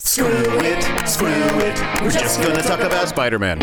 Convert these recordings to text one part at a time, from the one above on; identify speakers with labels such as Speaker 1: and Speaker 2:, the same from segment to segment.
Speaker 1: Screw it, screw it. We're just gonna talk about
Speaker 2: Spider Man.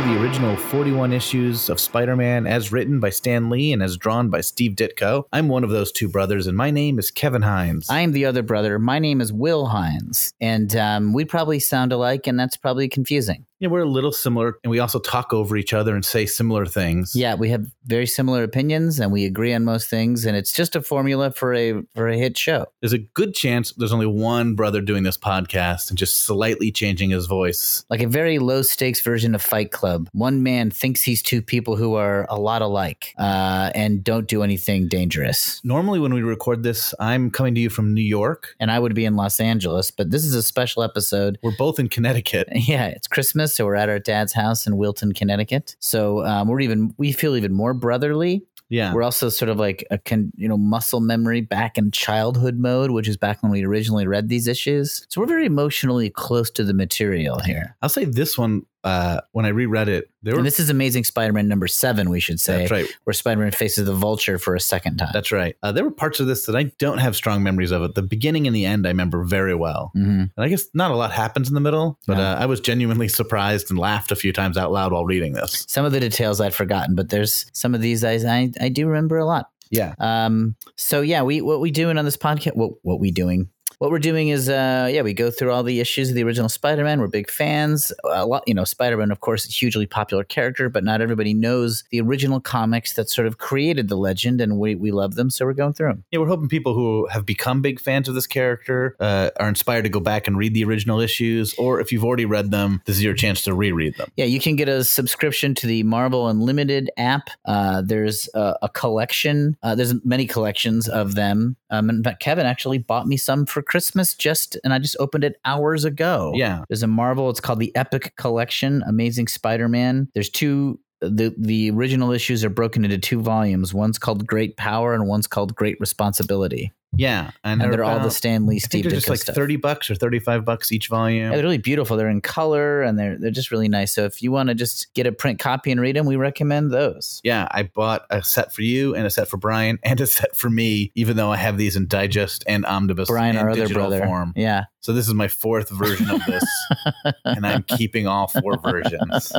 Speaker 3: the original 41 issues of Spider Man as written by Stan Lee and as drawn by Steve Ditko. I'm one of those two brothers, and my name is Kevin Hines.
Speaker 4: I am the other brother. My name is Will Hines, and um, we probably sound alike, and that's probably confusing.
Speaker 3: yeah, we're a little similar, and we also talk over each other and say similar things.
Speaker 4: Yeah, we have very similar opinions, and we agree on most things, and it's just a formula for a for a hit show.
Speaker 3: There's a good chance there's only one brother doing this podcast and just slightly changing his voice.
Speaker 4: Like a very low stakes version of Fight Club. One man thinks he's two people who are a lot alike uh, and don't do anything dangerous.
Speaker 3: Normally, when we record this, I'm coming to you from New York.
Speaker 4: And I would be in Los Angeles, but this is a special episode
Speaker 3: We're both in Connecticut.
Speaker 4: Yeah, it's Christmas, so we're at our dad's house in Wilton, Connecticut. So um, we're even we feel even more brotherly.
Speaker 3: Yeah.
Speaker 4: We're also sort of like a con, you know muscle memory back in childhood mode, which is back when we originally read these issues. So we're very emotionally close to the material here.
Speaker 3: I'll say this one uh, when I reread it. There were
Speaker 4: And this is Amazing Spider-Man number seven, we should say,
Speaker 3: that's right.
Speaker 4: where Spider-Man faces the Vulture for a second time.
Speaker 3: That's right. Uh, there were parts of this that I don't have strong memories of. It the beginning and the end I remember very well,
Speaker 4: hmm
Speaker 3: and I guess not a lot happens in the middle. But
Speaker 4: No.
Speaker 3: uh, I was genuinely surprised and laughed a few times out loud while reading this.
Speaker 4: Some of the details I'd forgotten, but there's some of these I I, I do remember a lot.
Speaker 3: Yeah,
Speaker 4: Um, so yeah, we what we doing on this podcast? What what we doing? What we're doing is, uh, yeah, we go through all the issues of the original Spider-Man. We're big fans. A lot, you know, Spider-Man, of course, is a hugely popular character, but not everybody knows the original comics that sort of created the legend, and we, we love them, so we're going through them.
Speaker 3: yeah. We're hoping people who have become big fans of this character uh, are inspired to go back and read the original issues, or if you've already read them, this is your chance to reread them.
Speaker 4: Yeah, you can get a subscription to the Marvel Unlimited app. Uh, there's a, a collection. Uh, there's many collections of them. Um, in fact, Kevin actually bought me some for Christmas just, and I just opened it hours ago.
Speaker 3: Yeah,
Speaker 4: There's a Marvel. It's called the Epic Collection, Amazing Spider-Man. There's two. The, the original issues are broken into two volumes. One's called Great Power and one's called Great Responsibility.
Speaker 3: yeah,
Speaker 4: And, they're all the
Speaker 3: about-
Speaker 4: Stan Lee,
Speaker 3: I think
Speaker 4: Steve
Speaker 3: they're
Speaker 4: Ditko
Speaker 3: just like
Speaker 4: stuff.
Speaker 3: thirty bucks or thirty-five bucks each volume.
Speaker 4: Yeah, they're really beautiful. They're in color and they're they're just really nice. So if you want to just get a print copy and read them, we recommend those.
Speaker 3: yeah, I bought a set for you and a set for Brian and a set for me, even though I have these in digest and omnibus
Speaker 4: Brian,
Speaker 3: and
Speaker 4: our other
Speaker 3: digital
Speaker 4: brother.
Speaker 3: form.
Speaker 4: Yeah.
Speaker 3: So this is my fourth version of this, and I'm keeping all four versions.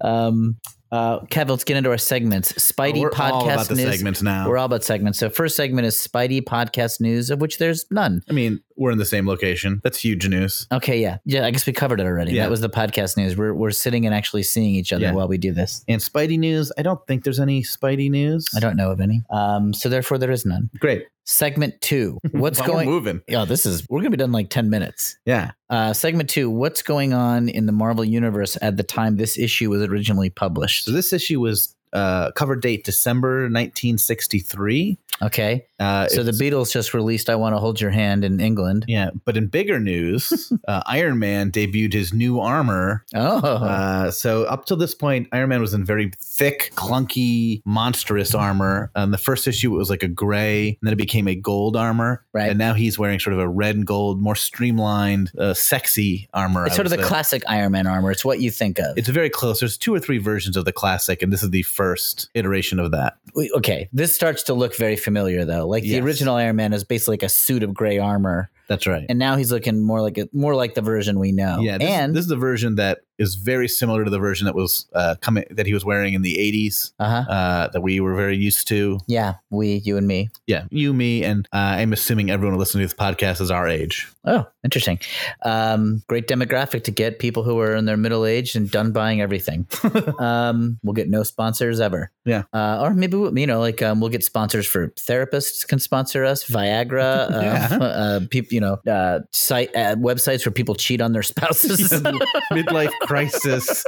Speaker 4: um, uh, Kev, let's get into our segments. Spidey
Speaker 3: Oh, We're
Speaker 4: podcast
Speaker 3: all about the
Speaker 4: news.
Speaker 3: segments now.
Speaker 4: We're all about segments. So first segment is Spidey podcast news, of which there's none.
Speaker 3: I mean, we're in the same location. That's huge news.
Speaker 4: Okay, yeah, yeah. I guess we covered it already.
Speaker 3: Yeah.
Speaker 4: That was the podcast news. We're we're sitting and actually seeing each other
Speaker 3: Yeah.
Speaker 4: while we do this.
Speaker 3: And Spidey news. I don't think there's any Spidey news.
Speaker 4: I don't know of any. Um, so therefore, there is none.
Speaker 3: Great.
Speaker 4: Segment two. What's
Speaker 3: Well, we're
Speaker 4: going?
Speaker 3: moving?
Speaker 4: Yeah, this is. We're gonna be done in like ten minutes.
Speaker 3: Yeah.
Speaker 4: Uh, segment two. What's going on in the Marvel universe at the time this issue was originally published?
Speaker 3: So this issue was uh, cover date December 1963.
Speaker 4: Okay.
Speaker 3: Uh,
Speaker 4: So the
Speaker 3: it's-
Speaker 4: Beatles just released "I Want to Hold Your Hand" in England.
Speaker 3: Yeah, but in bigger news, uh, Iron Man debuted his new armor.
Speaker 4: Oh,
Speaker 3: Uh, so up till this point, Iron Man was in very thick, clunky, monstrous armor. Um, the first issue it was like a gray, and then it became a gold armor,
Speaker 4: Right.
Speaker 3: and now he's wearing sort of a red and gold, more streamlined, uh, sexy armor.
Speaker 4: it's
Speaker 3: I
Speaker 4: sort of the
Speaker 3: would say.
Speaker 4: classic Iron Man armor. It's what you think of.
Speaker 3: It's very close. There's two or three versions of the classic, and this is the first iteration of that.
Speaker 4: We- okay, this starts to look very familiar though. Like
Speaker 3: Yes.
Speaker 4: the original Iron Man is basically like a suit of gray armor,
Speaker 3: That's right.
Speaker 4: and now he's looking more like a, more like the version we know.
Speaker 3: Yeah, this,
Speaker 4: and
Speaker 3: this is the version that is very similar to the version that was uh, coming that he was wearing in the '80s.
Speaker 4: uh huh,
Speaker 3: uh, that we were very used to.
Speaker 4: yeah, we, you, and me.
Speaker 3: Yeah, you, me, and uh, I'm assuming everyone listening to this podcast is our age.
Speaker 4: Oh, interesting. Um, great demographic to get people who are in their middle age and done buying everything. um, we'll get no sponsors ever.
Speaker 3: Yeah.
Speaker 4: Uh, or maybe we'll, you know, like um, we'll get sponsors for therapists can sponsor us, Viagra, uh,
Speaker 3: Yeah.
Speaker 4: uh, peop, you know, uh, site uh, websites where people cheat on their spouses.
Speaker 3: Midlife crisis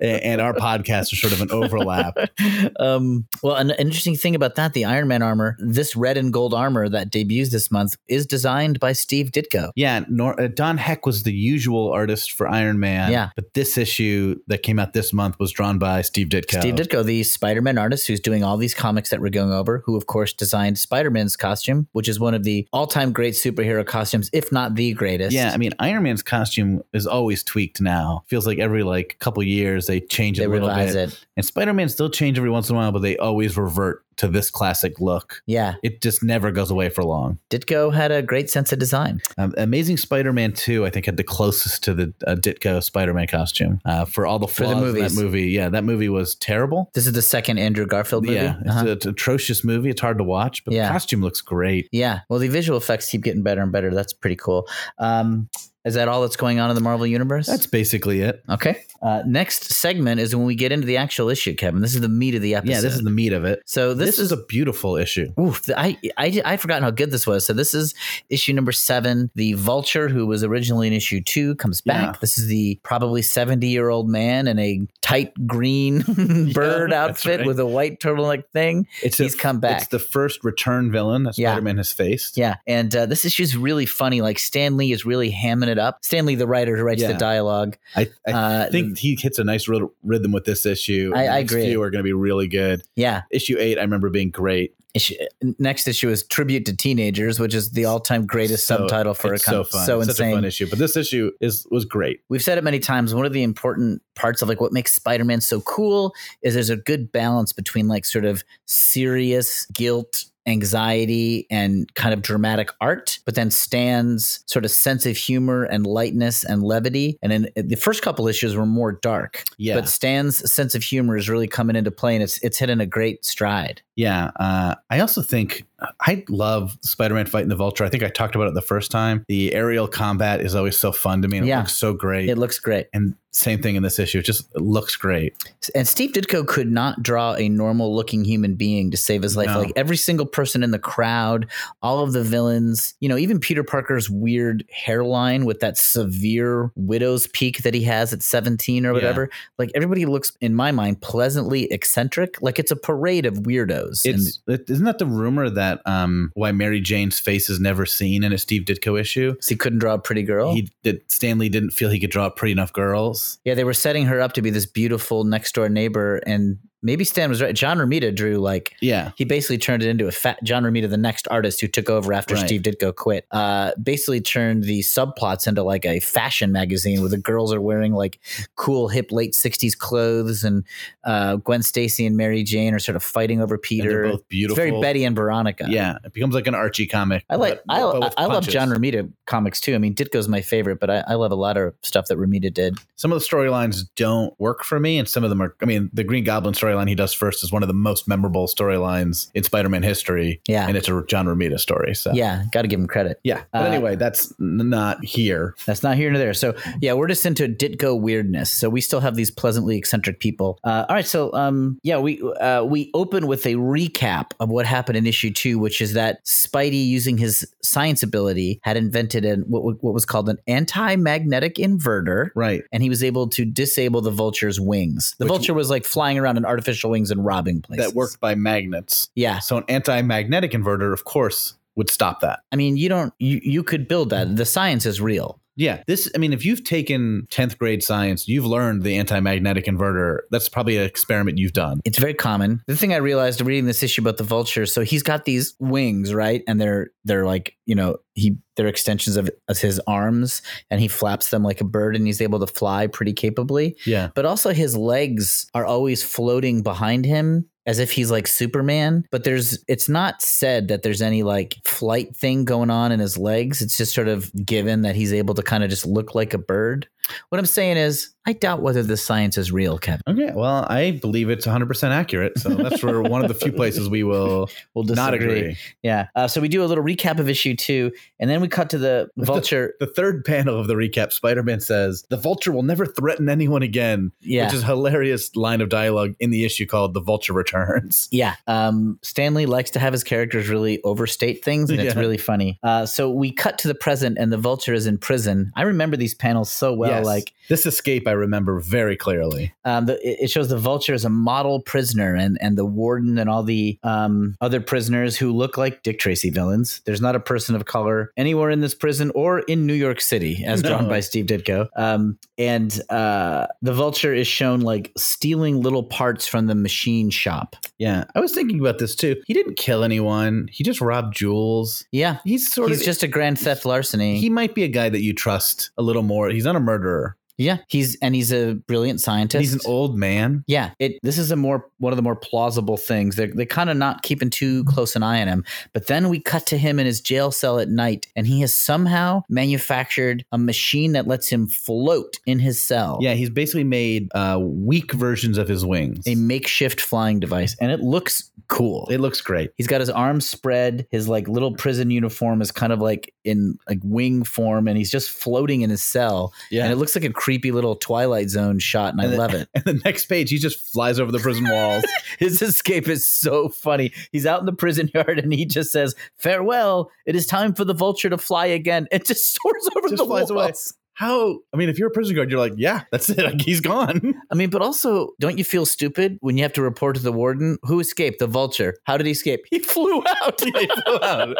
Speaker 3: a- and our podcast are sort of an overlap.
Speaker 4: um, well, an interesting thing about that, the Iron Man armor, this red and gold armor that debuts this month is designed by Steve Ditko.
Speaker 3: Yeah, nor, uh, Don Heck was the usual artist for Iron Man.
Speaker 4: Yeah.
Speaker 3: but this issue that came out this month was drawn by Steve Ditko.
Speaker 4: Steve Ditko, the Spider Man artist who's doing all these comics that we're going over, who, of course, designed Spider Man's costume, which is one of the all time great superhero costumes, if not the greatest.
Speaker 3: Yeah, I mean Iron Man's costume is always tweaked now. Feels like every like couple years they change it
Speaker 4: They
Speaker 3: a little
Speaker 4: revise
Speaker 3: bit.
Speaker 4: it.
Speaker 3: And Spider Man still change every once in a while, but they always revert to this classic look.
Speaker 4: Yeah,
Speaker 3: It just never goes away for long.
Speaker 4: Ditko had a great sense of design.
Speaker 3: Um, Amazing Spider-Man Two, I think, had the closest to the uh, Ditko Spider-Man costume uh, for all the
Speaker 4: For the
Speaker 3: flaws in that
Speaker 4: movies.
Speaker 3: movie. Yeah, that movie was terrible.
Speaker 4: This is the second Andrew Garfield movie.
Speaker 3: Yeah,
Speaker 4: Uh-huh.
Speaker 3: it's an atrocious movie. It's hard to watch, but
Speaker 4: Yeah.
Speaker 3: the costume looks great.
Speaker 4: yeah. Well, the visual effects keep getting better and better. That's pretty cool. Um, is that all that's going on in the Marvel universe?
Speaker 3: That's basically it.
Speaker 4: okay. Uh, next segment is when we get into the actual issue, Kevin. This is the meat of the episode.
Speaker 3: Yeah, this is the meat of it.
Speaker 4: so
Speaker 3: This,
Speaker 4: this,
Speaker 3: is, a beautiful issue.
Speaker 4: Oof, I, I I'd forgotten how good this was. So this is issue number seven. The Vulture, who was originally in issue two, comes back.
Speaker 3: Yeah.
Speaker 4: This is the probably seventy year old man in a tight green bird
Speaker 3: Yeah, that's
Speaker 4: outfit
Speaker 3: right.
Speaker 4: with a white turtleneck thing.
Speaker 3: It's
Speaker 4: He's
Speaker 3: a-
Speaker 4: come back.
Speaker 3: It's the first return villain that
Speaker 4: Yeah.
Speaker 3: Spider-Man has faced.
Speaker 4: Yeah, and uh, this issue's really funny. Like Stan Lee is really hamming it up. Stan Lee, the writer who writes the
Speaker 3: Yeah.
Speaker 4: dialogue.
Speaker 3: I, I
Speaker 4: Uh,
Speaker 3: think he hits a nice ry- rhythm with this issue.
Speaker 4: I-
Speaker 3: The
Speaker 4: I
Speaker 3: next
Speaker 4: agree.
Speaker 3: Few are going to be really good.
Speaker 4: Yeah.
Speaker 3: Issue eight, I remember being great.
Speaker 4: Issue, next issue is Tribute to Teenagers, which is the all time greatest
Speaker 3: So-
Speaker 4: subtitle for
Speaker 3: it's
Speaker 4: a comic.
Speaker 3: so fun.
Speaker 4: so
Speaker 3: It's Such a
Speaker 4: insane.
Speaker 3: fun issue, but this issue is was great.
Speaker 4: we've said it many times one of the important parts of like what makes spider-man so cool is there's a good balance between like sort of serious guilt anxiety and kind of dramatic art but then stan's sort of sense of humor and lightness and levity and then the first couple issues were more dark
Speaker 3: Yeah,
Speaker 4: but stan's sense of humor is really coming into play and it's it's hitting a great stride
Speaker 3: Yeah, uh, I also think I love Spider-Man fighting the Vulture. I think I talked about it the first time. The aerial combat is always so fun to me. And
Speaker 4: Yeah.
Speaker 3: It looks so great.
Speaker 4: it looks great
Speaker 3: and same thing in this issue. It just looks great.
Speaker 4: And Steve Ditko could not draw a normal looking human being to save his life.
Speaker 3: No.
Speaker 4: Like every single person in the crowd, all of the villains, you know, even Peter Parker's weird hairline with that severe widow's peak that he has at 17 or
Speaker 3: Yeah.
Speaker 4: whatever. Like everybody looks, in my mind, pleasantly eccentric. Like it's a parade of weirdos. and,
Speaker 3: It's it, isn't that the rumor that um, why Mary Jane's face is never seen in a Steve Ditko issue?
Speaker 4: so he couldn't draw a pretty girl.
Speaker 3: He did. Stanley didn't feel he could draw pretty enough girls.
Speaker 4: yeah, they were setting her up to be this beautiful next door neighbor. And maybe Stan was right. John Romita drew like
Speaker 3: Yeah,
Speaker 4: he basically turned it into a fat John Romita, the next artist who took over after
Speaker 3: Right.
Speaker 4: Steve Ditko quit. Uh, basically turned the subplots into like a fashion magazine where the girls are wearing like cool hip late '60s clothes, and uh, Gwen Stacy and Mary Jane are sort of fighting over
Speaker 3: And they're
Speaker 4: Peter.
Speaker 3: both
Speaker 4: it's
Speaker 3: beautiful.
Speaker 4: very Betty and Veronica.
Speaker 3: Yeah, it becomes like an Archie comic.
Speaker 4: I like
Speaker 3: but-
Speaker 4: I,
Speaker 3: but
Speaker 4: I,
Speaker 3: with
Speaker 4: I love
Speaker 3: punches.
Speaker 4: John Romita comics too. I mean, Ditko's my favorite, but I, I love a lot of stuff that Romita did.
Speaker 3: some of the storylines don't work for me, and some of them are. I mean, the Green Goblin storyline he does first is one of the most memorable storylines in Spider-Man history,
Speaker 4: Yeah,
Speaker 3: and it's a John Romita story. So
Speaker 4: yeah, got to give him credit.
Speaker 3: yeah. But
Speaker 4: Uh,
Speaker 3: anyway, that's n- not here.
Speaker 4: That's not here nor there. So yeah, we're just into Ditko weirdness. So we still have these pleasantly eccentric people. Uh, all right, so um, yeah, we uh, we open with a recap of what happened in issue two, which is that Spidey, using his science ability, had invented an what, what was called an anti-magnetic inverter.
Speaker 3: Right.
Speaker 4: And he was able to disable the vulture's wings. The
Speaker 3: Which-
Speaker 4: vulture was like flying around in artificial wings and robbing places.
Speaker 3: That worked by magnets.
Speaker 4: Yeah.
Speaker 3: So an anti-magnetic inverter, of course, would stop that.
Speaker 4: I mean, you don't, you, you could build that. The science is real.
Speaker 3: Yeah. This. I mean, if you've taken tenth grade science, you've learned the anti-magnetic inverter. That's probably an experiment you've done.
Speaker 4: It's very common. The thing I realized reading this issue about the vulture, so he's got these wings, right? And they're they're like, you know, he they're extensions of, of his arms and he flaps them like a bird and he's able to fly pretty capably.
Speaker 3: Yeah.
Speaker 4: But also his legs are always floating behind him as if he's like Superman. But there's it's not said that there's any like flight thing going on in his legs. It's just sort of given that he's able to kind of just look like a bird. What I'm saying is I doubt whether the science is real, Kevin.
Speaker 3: Okay, well, I believe it's 100% accurate. So that's where one of the few places we will
Speaker 4: We'll
Speaker 3: not agree.
Speaker 4: Yeah. Uh, so we do a little recap of issue two, and then we cut to the vulture.
Speaker 3: The third panel of the recap, Spider Man says, The vulture will never threaten anyone again,
Speaker 4: Yeah.
Speaker 3: which is a hilarious line of dialogue in the issue called The Vulture Returns.
Speaker 4: yeah. Um, Stanley likes to have his characters really overstate things, and it's
Speaker 3: Yeah.
Speaker 4: really funny. Uh, so we cut to the present, and the vulture is in prison. I remember these panels so well.
Speaker 3: Yes.
Speaker 4: Like,
Speaker 3: this escape, I remember very clearly.
Speaker 4: um, the, it- it shows the vulture as a model prisoner, and, and the warden and all the um, other prisoners who look like Dick Tracy villains. There's not a person of color anywhere in this prison or in New York City, as drawn
Speaker 3: No.
Speaker 4: by Steve Ditko. Um, and uh, the vulture is shown like stealing little parts from the machine shop.
Speaker 3: Yeah, I was thinking about this too. He didn't kill anyone, he just robbed jewels.
Speaker 4: Yeah,
Speaker 3: He's sort
Speaker 4: he's
Speaker 3: of
Speaker 4: just a grand theft larceny.
Speaker 3: He might be a guy that you trust a little more. He's not a murderer.
Speaker 4: Yeah, he's and he's a brilliant scientist.
Speaker 3: He's an old man.
Speaker 4: Yeah, it. This is a more one of the more plausible things. They're they kind of not keeping too close an eye on him. But then we cut to him in his jail cell at night, and he has somehow manufactured a machine that lets him float in his cell.
Speaker 3: Yeah, he's basically made uh, weak versions of his wings.
Speaker 4: a makeshift flying device, and it looks cool.
Speaker 3: It looks great.
Speaker 4: He's got his arms spread. His like little prison uniform is kind of like in like wing form, and he's just floating in his cell.
Speaker 3: Yeah.
Speaker 4: and it looks like a creepy little Twilight Zone shot, and, I
Speaker 3: then-
Speaker 4: love it.
Speaker 3: And the next page, he just flies over the prison walls.
Speaker 4: His escape is so funny. He's out in the prison yard, and he just says, "Farewell! It is time for the vulture to fly again." It just soars over
Speaker 3: Just
Speaker 4: the
Speaker 3: flies away.
Speaker 4: walls.
Speaker 3: How? I mean, if you're a prison guard, you're like, yeah, that's it. Like, he's gone.
Speaker 4: I mean, but also, don't you feel stupid when you have to report to the warden who escaped? The vulture. How did he escape? He flew out.
Speaker 3: He flew out.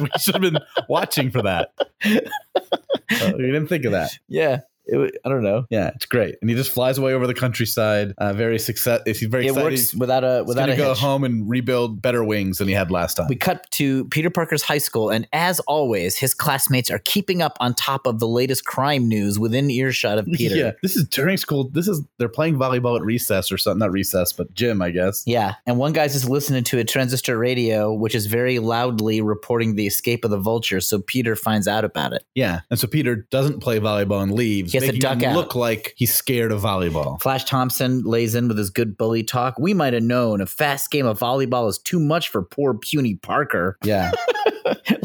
Speaker 3: we should have been watching for that. Uh, we didn't think of that.
Speaker 4: yeah. It, wa- I don't know.
Speaker 3: Yeah, it's great. And he just flies away over the countryside. Uh, very success. He's very
Speaker 4: It
Speaker 3: excited.
Speaker 4: works without a
Speaker 3: He's
Speaker 4: without
Speaker 3: gonna
Speaker 4: a
Speaker 3: go
Speaker 4: hitch.
Speaker 3: home and rebuild better wings than he had last time.
Speaker 4: We cut to Peter Parker's high school, and as always, his classmates are keeping up on top of the latest crime news within earshot of Peter.
Speaker 3: Yeah, this is during school. This is they're playing volleyball at recess or something. Not recess, but gym, I guess.
Speaker 4: Yeah, and one guy's just listening to a transistor radio, which is very loudly reporting the escape of the vulture. So Peter finds out about it.
Speaker 3: Yeah, and so Peter doesn't play volleyball and leaves,
Speaker 4: He has to
Speaker 3: making
Speaker 4: duck
Speaker 3: him
Speaker 4: out.
Speaker 3: look like he's scared of volleyball.
Speaker 4: Flash Thompson lays in with his good bully talk. We might have known a fast game of volleyball is too much for poor puny Parker.
Speaker 3: Yeah,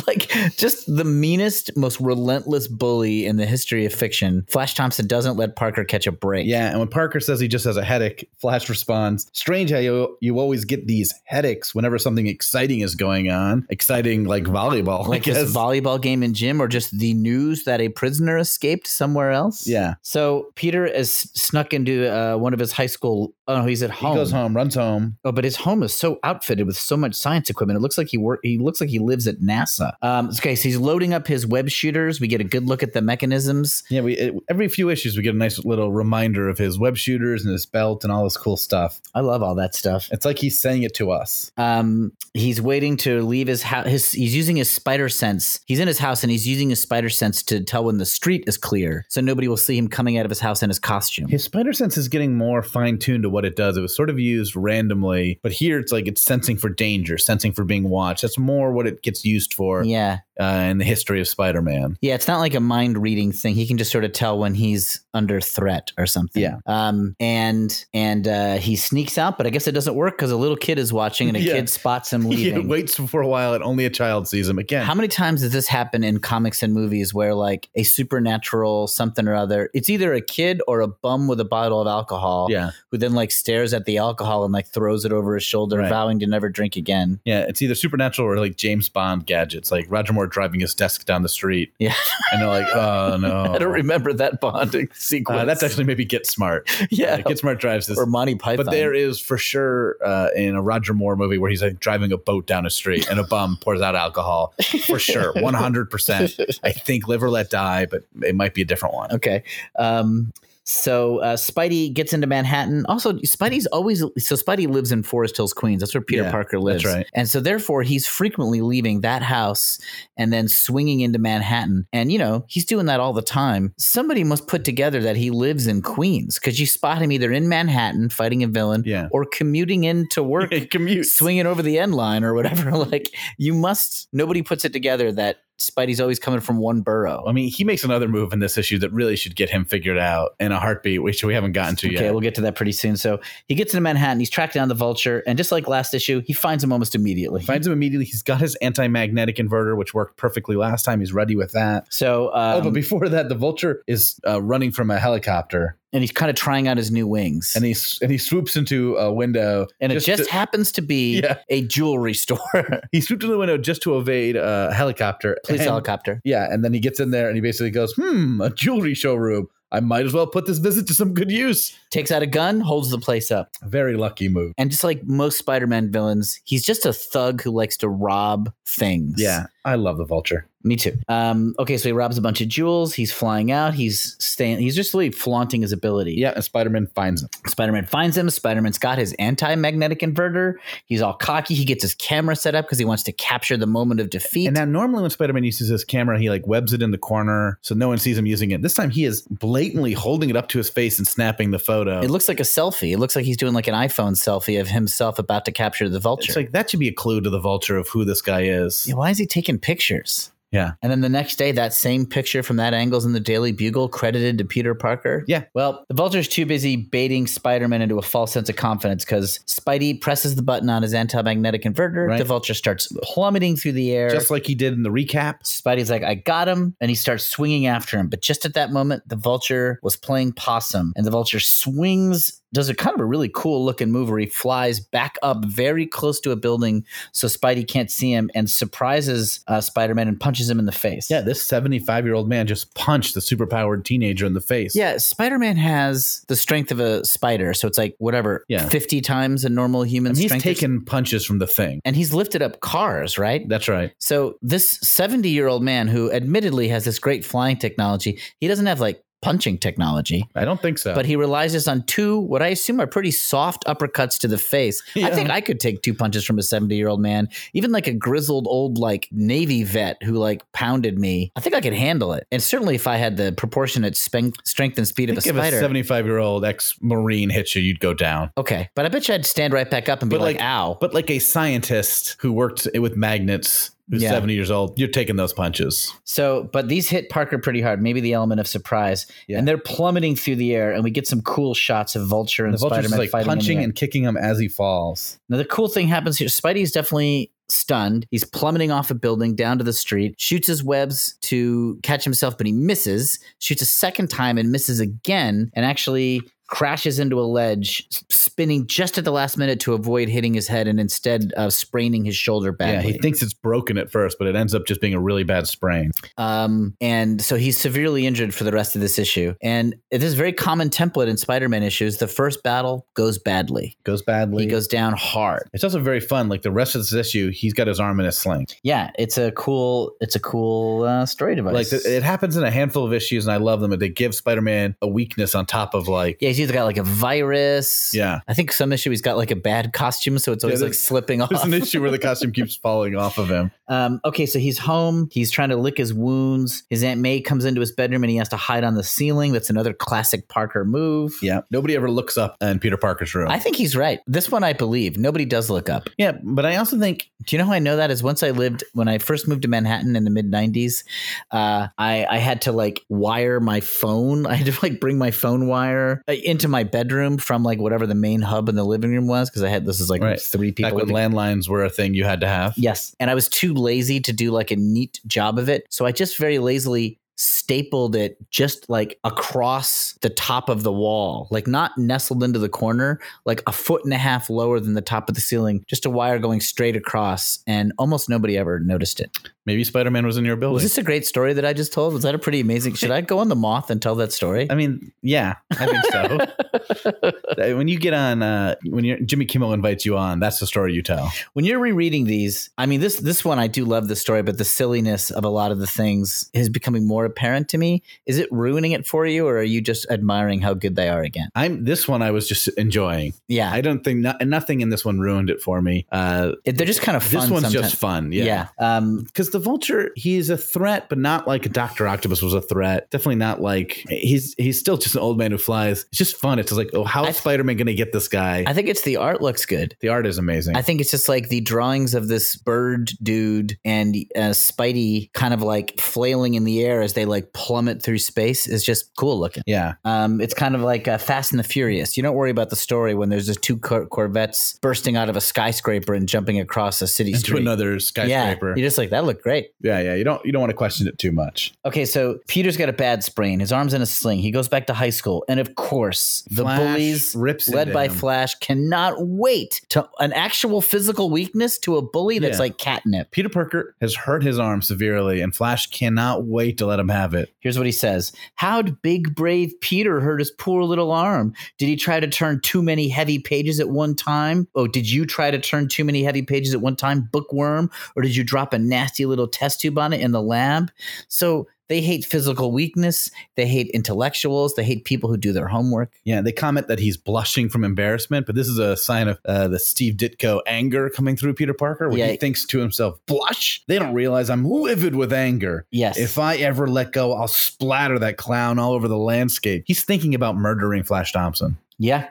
Speaker 4: like just the meanest, most relentless bully in the history of fiction. Flash Thompson doesn't let Parker catch a break.
Speaker 3: yeah. And when Parker says he just has a headache, Flash responds, "Strange how you you always get these headaches whenever something exciting is going on. Exciting like volleyball,
Speaker 4: like
Speaker 3: I
Speaker 4: this
Speaker 3: guess.
Speaker 4: volleyball game in gym or just the news that a prisoner escaped somewhere else
Speaker 3: Yeah.
Speaker 4: so peter is snuck into uh, one of his high school oh no, he's at
Speaker 3: He
Speaker 4: home.
Speaker 3: goes home, runs home.
Speaker 4: oh but his home is so outfitted with so much science equipment it looks like he work he looks like he lives at nasa um okay so he's loading up his web shooters we get a good look at the mechanisms
Speaker 3: Yeah, we it, every few issues we get a nice little reminder of his web shooters and his belt and all this cool stuff.
Speaker 4: i love all that stuff
Speaker 3: It's like he's saying it to us.
Speaker 4: um he's waiting to leave his house his he's using his spider sense he's in his house and he's using his spider sense to tell when the street is clear so nobody will see him coming out of his house in his costume
Speaker 3: His spider sense is getting more fine tuned to what it does. It was sort of used randomly, but here it's like it's sensing for danger, sensing for being watched. That's more what it gets used for
Speaker 4: yeah
Speaker 3: uh, in the history of Spider Man.
Speaker 4: Yeah, it's not like a mind reading thing. He can just sort of tell when he's under threat or something.
Speaker 3: Yeah.
Speaker 4: Um. And and uh, he sneaks out, but I guess it doesn't work because a little kid is watching and a
Speaker 3: Yeah.
Speaker 4: kid spots him
Speaker 3: He
Speaker 4: leaving.
Speaker 3: waits for a while and only a child sees him again.
Speaker 4: How many times does this happen in comics and movies where like a supernatural something or other? It's either a kid or a bum with a bottle of alcohol
Speaker 3: yeah,
Speaker 4: who then like stares at the alcohol and like throws it over his shoulder,
Speaker 3: Right.
Speaker 4: vowing to never drink again.
Speaker 3: yeah. It's either supernatural or like James Bond gadgets, like Roger Moore driving his desk down the street.
Speaker 4: Yeah.
Speaker 3: and they're like, oh no.
Speaker 4: I don't remember that bonding sequence.
Speaker 3: Uh, that's actually maybe Get Smart.
Speaker 4: yeah.
Speaker 3: Uh, Get Smart drives this.
Speaker 4: or Monty Python.
Speaker 3: But there is for sure uh, in a Roger Moore movie where he's like driving a boat down a street and a bum pours out alcohol. For sure, one hundred percent. I think Live or Let Die, but it might be a different one.
Speaker 4: Okay. Um, so uh, Spidey gets into Manhattan. Also, Spidey's always so Spidey lives in Forest Hills, Queens. That's where Peter
Speaker 3: Yeah,
Speaker 4: Parker lives,
Speaker 3: that's right.
Speaker 4: And so therefore, he's frequently leaving that house and then swinging into Manhattan. And you know, he's doing that all the time. Somebody must put together that he lives in Queens because you spot him either in Manhattan fighting a villain,
Speaker 3: Yeah.
Speaker 4: or commuting in to work.
Speaker 3: commute.
Speaker 4: Swinging over the end line or whatever. Like, you must, nobody puts it together that Spidey's always coming from one borough.
Speaker 3: I mean, he makes another move in this issue that really should get him figured out in a heartbeat, which we haven't gotten to
Speaker 4: Okay,
Speaker 3: yet.
Speaker 4: we'll get to that pretty soon. So he gets into Manhattan. He's tracked down the vulture, and just like last issue, he finds him almost immediately.
Speaker 3: Finds him immediately. He's got his anti-magnetic inverter, which worked perfectly last time. He's ready with that.
Speaker 4: So,
Speaker 3: oh,
Speaker 4: um,
Speaker 3: but before that, the vulture is uh, running from a helicopter,
Speaker 4: and he's kind of trying out his new wings,
Speaker 3: and he and he swoops into a window,
Speaker 4: and it just
Speaker 3: to-
Speaker 4: happens to be
Speaker 3: Yeah.
Speaker 4: a jewelry store,
Speaker 3: he swooped in the window just to evade a helicopter.
Speaker 4: police
Speaker 3: and-
Speaker 4: helicopter.
Speaker 3: Yeah, and then he gets in there and he basically goes, "Hmm, a jewelry showroom. I might as well put this visit to some good use."
Speaker 4: Takes out a gun, holds the place up,
Speaker 3: Very lucky move.
Speaker 4: and just like most Spider-Man villains, he's just a thug who likes to rob things.
Speaker 3: I love the vulture.
Speaker 4: Me too. Um, okay, so he robs a bunch of jewels. He's flying out. He's staying. He's just really flaunting his ability.
Speaker 3: Yeah, and Spider Man finds him.
Speaker 4: Spider Man finds him. Spider Man's got his anti magnetic inverter. He's all cocky. He gets his camera set up because he wants to capture the moment of defeat.
Speaker 3: And now, normally when Spider Man uses his camera, he like webs it in the corner so no one sees him using it. This time, he is blatantly holding it up to his face and snapping the photo.
Speaker 4: it looks like a selfie. It looks like he's doing like an iPhone selfie of himself about to capture the vulture.
Speaker 3: it's like that should be a clue to the vulture of who this guy is.
Speaker 4: Yeah, why is he taking pictures?
Speaker 3: Yeah.
Speaker 4: And then the next day, that same picture from that angle's in the Daily Bugle, credited to Peter Parker.
Speaker 3: Yeah.
Speaker 4: Well, the Vulture's too busy baiting Spider-Man into a false sense of confidence because Spidey presses the button on his anti-magnetic inverter.
Speaker 3: Right.
Speaker 4: The Vulture starts plummeting through the air.
Speaker 3: Just like he did in the recap.
Speaker 4: Spidey's like, I got him. And he starts swinging after him. But just at that moment, the vulture was playing possum. And the vulture swings, does a kind of a really cool looking move where he flies back up very close to a building so Spidey can't see him and surprises uh, Spider Man and punches him in the face.
Speaker 3: Yeah, this 75 year old man just punched the superpowered teenager in the face.
Speaker 4: Yeah, Spider Man has the strength of a spider. So it's like, whatever,
Speaker 3: Yeah.
Speaker 4: 50 times a normal human
Speaker 3: And he's
Speaker 4: strength. or s-
Speaker 3: taken punches from the thing.
Speaker 4: and he's lifted up cars, right?
Speaker 3: That's right.
Speaker 4: So this 70 year old man who admittedly has this great flying technology, he doesn't have like punching technology.
Speaker 3: I don't think so.
Speaker 4: But he relies just on two, what I assume are pretty soft uppercuts to the face. I
Speaker 3: Yeah.
Speaker 4: think I could take two punches from a 70 year old man, even like a grizzled old, like Navy vet who like pounded me. I think I could handle it. And certainly if I had the proportionate spen- strength and speed of a
Speaker 3: Think if a
Speaker 4: spider.
Speaker 3: 75 year old ex Marine hit you, you'd go down.
Speaker 4: okay. But I bet you I'd stand right back up and be
Speaker 3: But
Speaker 4: like,
Speaker 3: like-
Speaker 4: ow.
Speaker 3: But like a scientist who worked with magnets who's
Speaker 4: Yeah.
Speaker 3: 70 years old, you're taking those punches.
Speaker 4: So, but these hit Parker pretty hard. Maybe the element of surprise,
Speaker 3: Yeah.
Speaker 4: and they're plummeting through the air, and we get some cool shots of Vulture and
Speaker 3: the vulture's
Speaker 4: Spider
Speaker 3: just
Speaker 4: Man
Speaker 3: like
Speaker 4: fighting. in the
Speaker 3: punching
Speaker 4: air.
Speaker 3: and kicking him as he falls.
Speaker 4: now, the cool thing happens here. Spidey's definitely stunned. He's plummeting off a building down to the street. Shoots his webs to catch himself, but he misses. Shoots a second time and misses again, and actually crashes into a ledge, s- spinning just at the last minute to avoid hitting his head, and instead uh, spraining his shoulder
Speaker 3: Yeah,
Speaker 4: badly.
Speaker 3: he thinks it's broken at first, but it ends up just being a really bad sprain.
Speaker 4: Um, and so he's severely injured for the rest of this issue. And this is a very common template in Spider Man issues. The first battle goes badly,
Speaker 3: Goes badly.
Speaker 4: he goes down hard.
Speaker 3: it's also very fun. Like the rest of this issue, he's got his arm in a sling.
Speaker 4: Yeah, it's a cool, it's a cool uh, story device.
Speaker 3: Like th- it happens in a handful of issues, and I love them. But they give Spider-Man a weakness on top of like,
Speaker 4: yeah, he's either got like a virus.
Speaker 3: yeah.
Speaker 4: I think some issue he's got like a bad costume, so it's always like
Speaker 3: there's-
Speaker 4: slipping off.
Speaker 3: There's an issue where the costume keeps falling off of him.
Speaker 4: Um, okay, so he's home. He's trying to lick his wounds. His Aunt May comes into his bedroom and he has to hide on the ceiling. That's another classic Parker move.
Speaker 3: Yeah, nobody ever looks up in Peter Parker's room.
Speaker 4: I think he's right. This one I believe. Nobody does look up.
Speaker 3: yeah, but I also think
Speaker 4: Do you know how I know that is once I lived when I first moved to Manhattan in the mid '90s, uh, I I had to like wire my phone. I had to like bring my phone wire uh, into my bedroom from like whatever the main hub in the living room was because I had this is like
Speaker 3: Right.
Speaker 4: three people.
Speaker 3: back when
Speaker 4: living-
Speaker 3: landlines were a thing you had to have.
Speaker 4: yes, and I was too lazy to do like a neat job of it, so I just very lazily stapled it just like across the top of the wall like not nestled into the corner like a foot and a half lower than the top of the ceiling just a wire going straight across and almost nobody ever noticed it
Speaker 3: Maybe Spider-Man was in your building.
Speaker 4: was this a great story that I just told? Was that a pretty amazing? Should I go on the moth and tell that story?
Speaker 3: I mean, yeah, I think so. Uh, when you get on, uh, when you're, Jimmy Kimmel invites you on, that's the story you tell.
Speaker 4: When you're rereading these, I mean this this one I do love the story, but the silliness of a lot of the things is becoming more apparent to me. Is it ruining it for you, or are you just admiring how good they are again?
Speaker 3: I'm this one. I was just enjoying.
Speaker 4: Yeah,
Speaker 3: I don't think no, nothing in this one ruined it for me. Uh,
Speaker 4: It- they're just kind of fun.
Speaker 3: this one's
Speaker 4: sometimes.
Speaker 3: just fun. Yeah.
Speaker 4: yeah. Um,
Speaker 3: Because the vulture, he's a threat, but not like Doctor Octopus was a threat. Definitely not like he's he's still just an old man who flies. It's just fun. It's just like, oh, how
Speaker 4: I
Speaker 3: is
Speaker 4: th-
Speaker 3: Spider Man going to get this guy?
Speaker 4: I think it's the art looks good.
Speaker 3: the art is amazing.
Speaker 4: I think it's just like the drawings of this bird dude and uh, Spidey kind of like flailing in the air as they like plummet through space is just cool looking.
Speaker 3: yeah,
Speaker 4: Um, it's kind of like uh, Fast and the Furious. You don't worry about the story when there's just two cor- Corvettes bursting out of a skyscraper and jumping across a city
Speaker 3: into
Speaker 4: street.
Speaker 3: another skyscraper.
Speaker 4: Yeah, you're just like that looked great.
Speaker 3: yeah, yeah. You don't you don't want to question it too much.
Speaker 4: Okay, so Peter's got a bad sprain. His arm's in a sling. He goes back to high school, and of course, the
Speaker 3: Flash
Speaker 4: bullies,
Speaker 3: rips
Speaker 4: led
Speaker 3: into
Speaker 4: by
Speaker 3: him.
Speaker 4: Flash, cannot wait to an actual physical weakness to a bully that's
Speaker 3: Yeah.
Speaker 4: like catnip.
Speaker 3: Peter Parker has hurt his arm severely, and Flash cannot wait to let him have it.
Speaker 4: Here's what he says How'd big brave Peter hurt his poor little arm? Did he try to turn too many heavy pages at one time? Oh, did you try to turn too many heavy pages at one time, bookworm? Or did you drop a nasty little test tube on it in the lab. So they hate physical weakness. They hate intellectuals. They hate people who do their homework.
Speaker 3: Yeah, they comment that he's blushing from embarrassment, but this is a sign of uh, the Steve Ditko anger coming through Peter Parker when
Speaker 4: Yeah.
Speaker 3: he thinks to himself, blush? They don't realize I'm livid with anger.
Speaker 4: Yes.
Speaker 3: If I ever let go, I'll splatter that clown all over the landscape. He's thinking about murdering Flash Thompson.
Speaker 4: Yeah,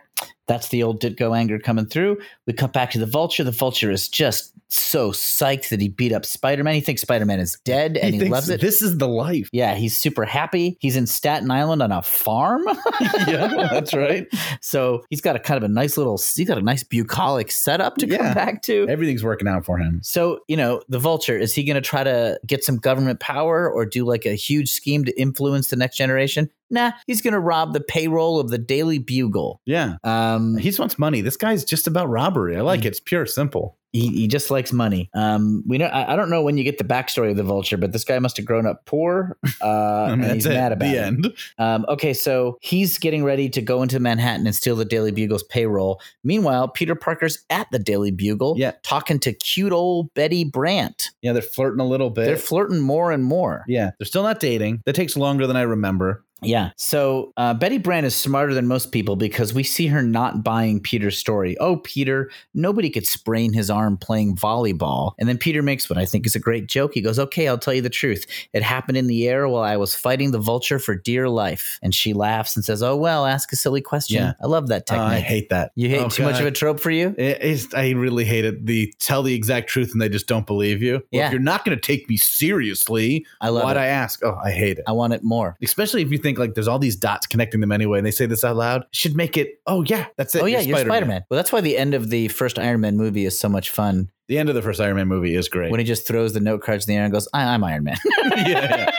Speaker 4: that's the old Ditko anger coming through. We cut back to the Vulture. The Vulture is just so psyched that he beat up Spider Man. He thinks Spider Man is dead and he,
Speaker 3: thinks
Speaker 4: loves it.
Speaker 3: This is the life.
Speaker 4: yeah, he's super happy. He's in Staten Island on a farm.
Speaker 3: yeah, that's right.
Speaker 4: so he's got a kind of a nice little, he's got a nice bucolic setup to come
Speaker 3: Yeah.
Speaker 4: back to.
Speaker 3: Everything's working out for him.
Speaker 4: So, you know, the vulture, is he going to try to get some government power or do like a huge scheme to influence the next generation? Nah, he's going to rob the payroll of the Daily Bugle.
Speaker 3: Yeah.
Speaker 4: Um,
Speaker 3: He just wants money. This guy's just about robbery. I
Speaker 4: Mm.
Speaker 3: like it. It's pure, simple.
Speaker 4: he, he just likes money. Um, we know I, I don't know when you get the backstory of the vulture, but this guy must have grown up poor, uh,
Speaker 3: I mean,
Speaker 4: and
Speaker 3: that's
Speaker 4: he's
Speaker 3: it.
Speaker 4: mad about
Speaker 3: the
Speaker 4: it.
Speaker 3: end.
Speaker 4: Um, okay, so he's getting ready to go into Manhattan and steal the Daily Bugle's payroll. Meanwhile, Peter Parker's at the Daily Bugle,
Speaker 3: Yeah.
Speaker 4: talking to cute old Betty Brant.
Speaker 3: Yeah, they're flirting a little bit.
Speaker 4: They're flirting more and more.
Speaker 3: yeah, they're still not dating. That takes longer than I remember. Uh,
Speaker 4: Yeah. So uh, Betty Brant is smarter than most people because we see her not buying Peter's story. Oh, Peter, nobody could sprain his arm playing volleyball. And then Peter makes what I think is a great joke. He goes, Okay, I'll tell you the truth. It happened in the air while I was fighting the vulture for dear life. And she laughs and says, Oh, well, ask a silly question.
Speaker 3: Yeah.
Speaker 4: I love that
Speaker 3: Oh,
Speaker 4: technique.
Speaker 3: I hate that.
Speaker 4: you hate
Speaker 3: Oh,
Speaker 4: too much
Speaker 3: God.
Speaker 4: of a trope for you?
Speaker 3: It- it's- I really hate it. The tell the exact truth and they just don't believe you. Well,
Speaker 4: Yeah.
Speaker 3: If you're not going to take me seriously,
Speaker 4: I love
Speaker 3: why'd
Speaker 4: it.
Speaker 3: I ask? Oh, I hate it.
Speaker 4: I want it more.
Speaker 3: Especially if you think like there's all these dots connecting them anyway, and they say this out loud, should make it. Oh yeah, that's it.
Speaker 4: Oh, yeah, you're Spider-Man. Well, that's why the end of the first Iron Man movie is so much fun
Speaker 3: The end of the first Iron Man movie is great.
Speaker 4: when he just throws the note cards in the air and goes, I- I'm Iron Man.
Speaker 3: yeah, yeah.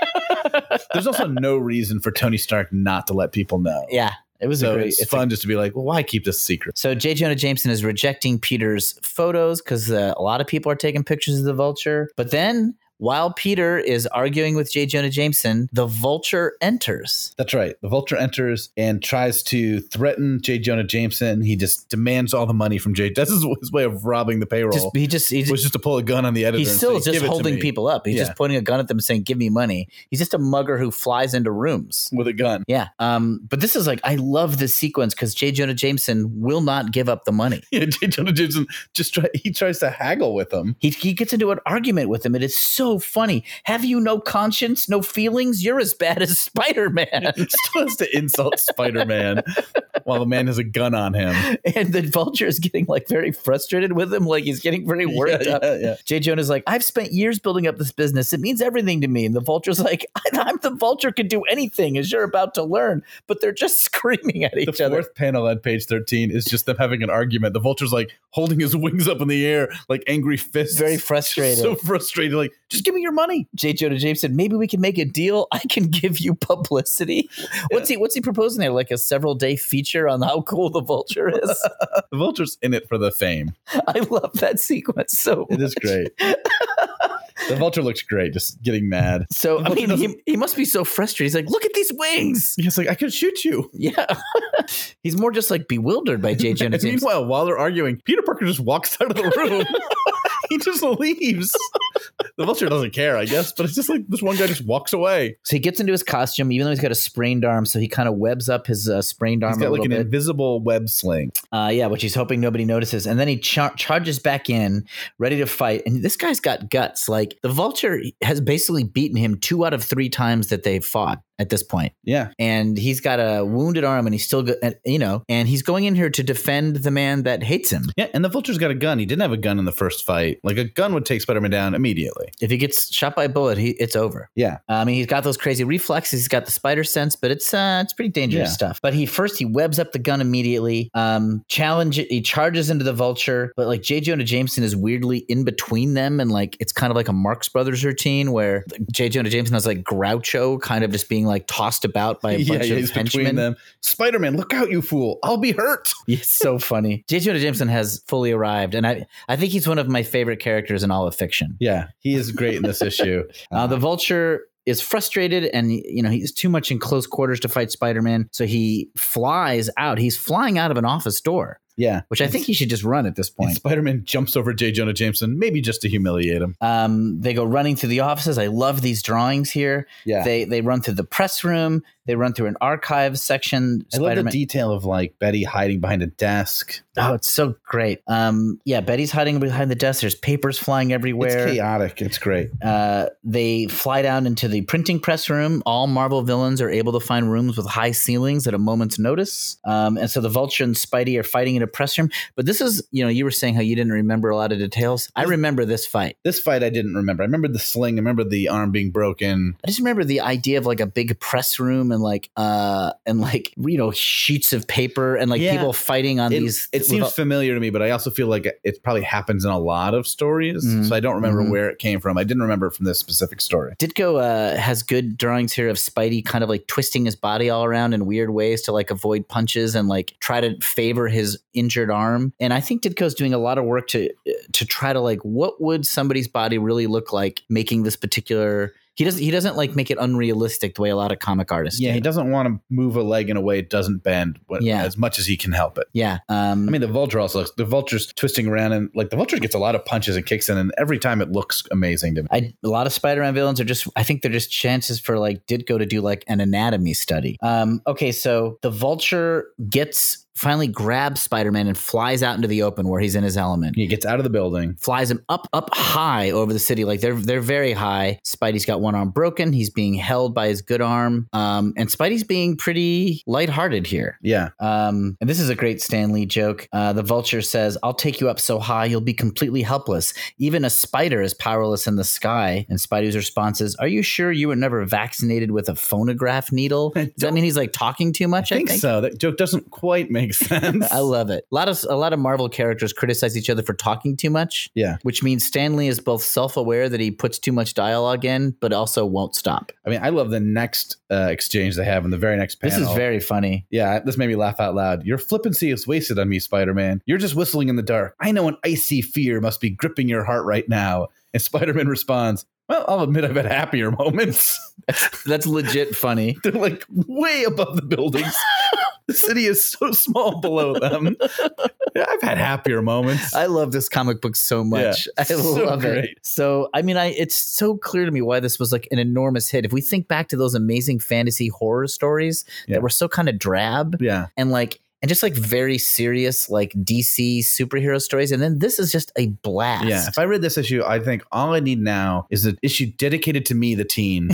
Speaker 3: There's also no reason for Tony Stark not to let people know.
Speaker 4: yeah. It was
Speaker 3: so
Speaker 4: a great,
Speaker 3: it's,
Speaker 4: it's a
Speaker 3: fun just to be like, well, why keep this secret?
Speaker 4: So J. Jonah Jameson is rejecting Peter's photos because uh, a lot of people are taking pictures of the vulture. But then, while Peter is arguing with J. Jonah Jameson, the vulture enters.
Speaker 3: That's right. The vulture enters and tries to threaten J. Jonah Jameson. He just demands all the money from J. That's his, his way of robbing the payroll.
Speaker 4: Just, he just he
Speaker 3: was
Speaker 4: just,
Speaker 3: just to pull a gun on the editor.
Speaker 4: he's
Speaker 3: and
Speaker 4: still
Speaker 3: say,
Speaker 4: just
Speaker 3: "Give it to
Speaker 4: holding
Speaker 3: me,"
Speaker 4: people up. He's
Speaker 3: Yeah.
Speaker 4: just pointing a gun at them, saying, "Give me money." He's just a mugger who flies into rooms.
Speaker 3: with a gun.
Speaker 4: Yeah. Um, but this is like I love this sequence because J. Jonah Jameson will not give up the money.
Speaker 3: Yeah, J. Jonah Jameson just try, he tries to haggle with him.
Speaker 4: He, he gets into an argument with him. It is so funny. Have you no conscience, no feelings? You're as bad as Spider Man.
Speaker 3: Still has to insult Spider Man while the man has a gun on him.
Speaker 4: and the vulture is getting like very frustrated with him. Like he's getting very worked
Speaker 3: Yeah,
Speaker 4: up.
Speaker 3: yeah, yeah.
Speaker 4: Jay Jonah's like, I've spent years building up this business. It means everything to me. And the vulture's like, I'm the vulture could do anything as you're about to learn. But they're just screaming at
Speaker 3: The
Speaker 4: each other.
Speaker 3: fourth panel on page 13 is just them having an argument. The vulture's like holding his wings up in the air, like angry fists.
Speaker 4: Very
Speaker 3: Just
Speaker 4: frustrated.
Speaker 3: So frustrated. Like, just give me your money.
Speaker 4: J. Jonah James said, maybe we can make a deal. I can give you publicity. What's he what's he proposing there? Like a several day feature on how cool the vulture is?
Speaker 3: The vulture's in it for the fame.
Speaker 4: I love that sequence so
Speaker 3: It is great. the vulture looks great, just getting mad.
Speaker 4: So I
Speaker 3: Well, he
Speaker 4: mean he, he must be so frustrated. He's like, look at these wings.
Speaker 3: He's like, I could shoot you.
Speaker 4: Yeah. He's more just like bewildered by J. Jonah
Speaker 3: And
Speaker 4: Jameson.
Speaker 3: meanwhile, while they're arguing, Peter Parker just walks out of the room. he just leaves. The vulture doesn't care, I guess, but it's just like this one guy just walks away.
Speaker 4: So he gets into his costume, even though he's got a sprained arm. So he kind of webs up his uh, sprained arm
Speaker 3: He's
Speaker 4: a
Speaker 3: got
Speaker 4: little
Speaker 3: like an
Speaker 4: bit.
Speaker 3: invisible web sling.
Speaker 4: uh, yeah, which he's hoping nobody notices. And then he char- charges back in, ready to fight. And this guy's got guts. Like the vulture has basically beaten him two out of three times that they've fought at this point.
Speaker 3: Yeah.
Speaker 4: And he's got a wounded arm, and he's still, go- and, you know, and he's going in here to defend the man that hates him.
Speaker 3: Yeah, and the vulture's got a gun. He didn't have a gun in the first fight. Like a gun would take Spider Man down immediately.
Speaker 4: If he gets shot by a bullet, he, it's over.
Speaker 3: Yeah.
Speaker 4: I mean, he's got those crazy reflexes. He's got the spider sense, but it's uh, it's pretty dangerous
Speaker 3: Yeah.
Speaker 4: stuff. But he first he webs up the gun immediately. Um, challenge. He charges into the vulture, but like J. Jonah Jameson is weirdly in between them, and like it's kind of like a Marx Brothers routine where J. Jonah Jameson is like Groucho, kind of just being like tossed about by a
Speaker 3: yeah,
Speaker 4: bunch
Speaker 3: yeah,
Speaker 4: of
Speaker 3: he's between
Speaker 4: henchmen.
Speaker 3: them. Spider Man, look out, you fool. I'll be hurt.
Speaker 4: It's so funny. J. Jonah Jameson has fully arrived, and I I think he's one of my favorite characters in all of fiction.
Speaker 3: Yeah, he is great in this issue.
Speaker 4: Uh,
Speaker 3: Uh-huh.
Speaker 4: the vulture is frustrated and you know he's too much in close quarters to fight spider-man so he flies out he's flying out of an office door
Speaker 3: Yeah.
Speaker 4: which I think he should just run at this point.
Speaker 3: Spider Man jumps over J. Jonah Jameson, maybe just to humiliate him.
Speaker 4: Um, they go running through the offices. I love these drawings here.
Speaker 3: Yeah.
Speaker 4: They they run through the press room. They run through an archive section.
Speaker 3: I love the
Speaker 4: Spider-Man.
Speaker 3: detail of like Betty hiding behind a desk.
Speaker 4: oh, it's so great. Um, yeah, Betty's hiding behind the desk. There's papers flying
Speaker 3: It's
Speaker 4: everywhere.
Speaker 3: chaotic. It's great.
Speaker 4: Uh, they fly down into the printing press room. All Marvel villains are able to find rooms with high ceilings at a moment's notice. Um, and so the Vulture and Spidey are fighting in a press room. But this is, you know, you were saying how you didn't remember a lot of details. I remember this fight.
Speaker 3: This fight I didn't remember. I remember the sling. I remember the arm being broken.
Speaker 4: I just remember the idea of like a big press room and like uh and like you know sheets of paper and like
Speaker 3: Yeah.
Speaker 4: people fighting on
Speaker 3: It,
Speaker 4: these.
Speaker 3: it seems
Speaker 4: without-
Speaker 3: familiar to me, but I also feel like it probably happens in a lot of stories.
Speaker 4: Mhm.
Speaker 3: So I don't remember
Speaker 4: Mhm.
Speaker 3: where it came from. I didn't remember it from this specific story.
Speaker 4: Ditko uh, has good drawings here of Spidey kind of like twisting his body all around in weird ways to like avoid punches and like try to favor his injured arm. And I think Ditko's doing a lot of work to uh, to try to like what would somebody's body really look like making this particular. He doesn't he doesn't like make it unrealistic the way a lot of comic artists.
Speaker 3: Yeah,
Speaker 4: do.
Speaker 3: he doesn't want to move a leg in a way it doesn't bend when,
Speaker 4: Yeah.
Speaker 3: as much as he can help it.
Speaker 4: yeah. Um,
Speaker 3: I mean, the vulture also looks, the vulture's twisting around and like the vulture gets a lot of punches and kicks in, and every time it looks amazing to me.
Speaker 4: I, a lot of Spider-Man villains are just. I think they're just chances for like Ditko to do like an anatomy study. Um, okay, so the Vulture gets finally grabs Spider-Man and flies out into the open where he's in his element.
Speaker 3: He gets out of the building.
Speaker 4: Flies him up, up high over the city. Like they're they're very high. Spidey's got one arm broken. He's being held by his good arm. Um, and Spidey's being pretty lighthearted here.
Speaker 3: Yeah.
Speaker 4: Um, and this is a great Stan Lee joke. Uh, the vulture says, I'll take you up so high, you'll be completely helpless. Even a spider is powerless in the sky. And Spidey's response is, Are you sure you were never vaccinated with a phonograph needle? Does that mean he's like talking too much?
Speaker 3: I think so. That joke doesn't quite make sense.
Speaker 4: I love it. A lot of a lot of Marvel characters criticize each other for talking too much.
Speaker 3: Yeah.
Speaker 4: Which means Stanley is both self-aware that he puts too much dialogue in, but also won't stop.
Speaker 3: I mean, I love the next uh, exchange they have in the very next panel.
Speaker 4: This is very funny.
Speaker 3: Yeah, this made me laugh out loud. Your flippancy is wasted on me, Spider Man. You're just whistling in the dark. I know an icy fear must be gripping your heart right now. And Spider Man responds, Well, I'll admit I've had happier moments.
Speaker 4: That's legit funny.
Speaker 3: They're like way above the buildings. the city is so small below them. I've had happier moments.
Speaker 4: I love this comic book so much.
Speaker 3: Yeah,
Speaker 4: I
Speaker 3: so
Speaker 4: love it.
Speaker 3: great.
Speaker 4: So I mean, I it's so clear to me why this was like an enormous hit. If we think back to those amazing fantasy horror stories
Speaker 3: Yeah.
Speaker 4: that were so kind of drab
Speaker 3: yeah.
Speaker 4: and like and just like very serious like DC superhero stories, and then this is just a blast.
Speaker 3: Yeah. If I read this issue, I think all I need now is an issue dedicated to me, the teen.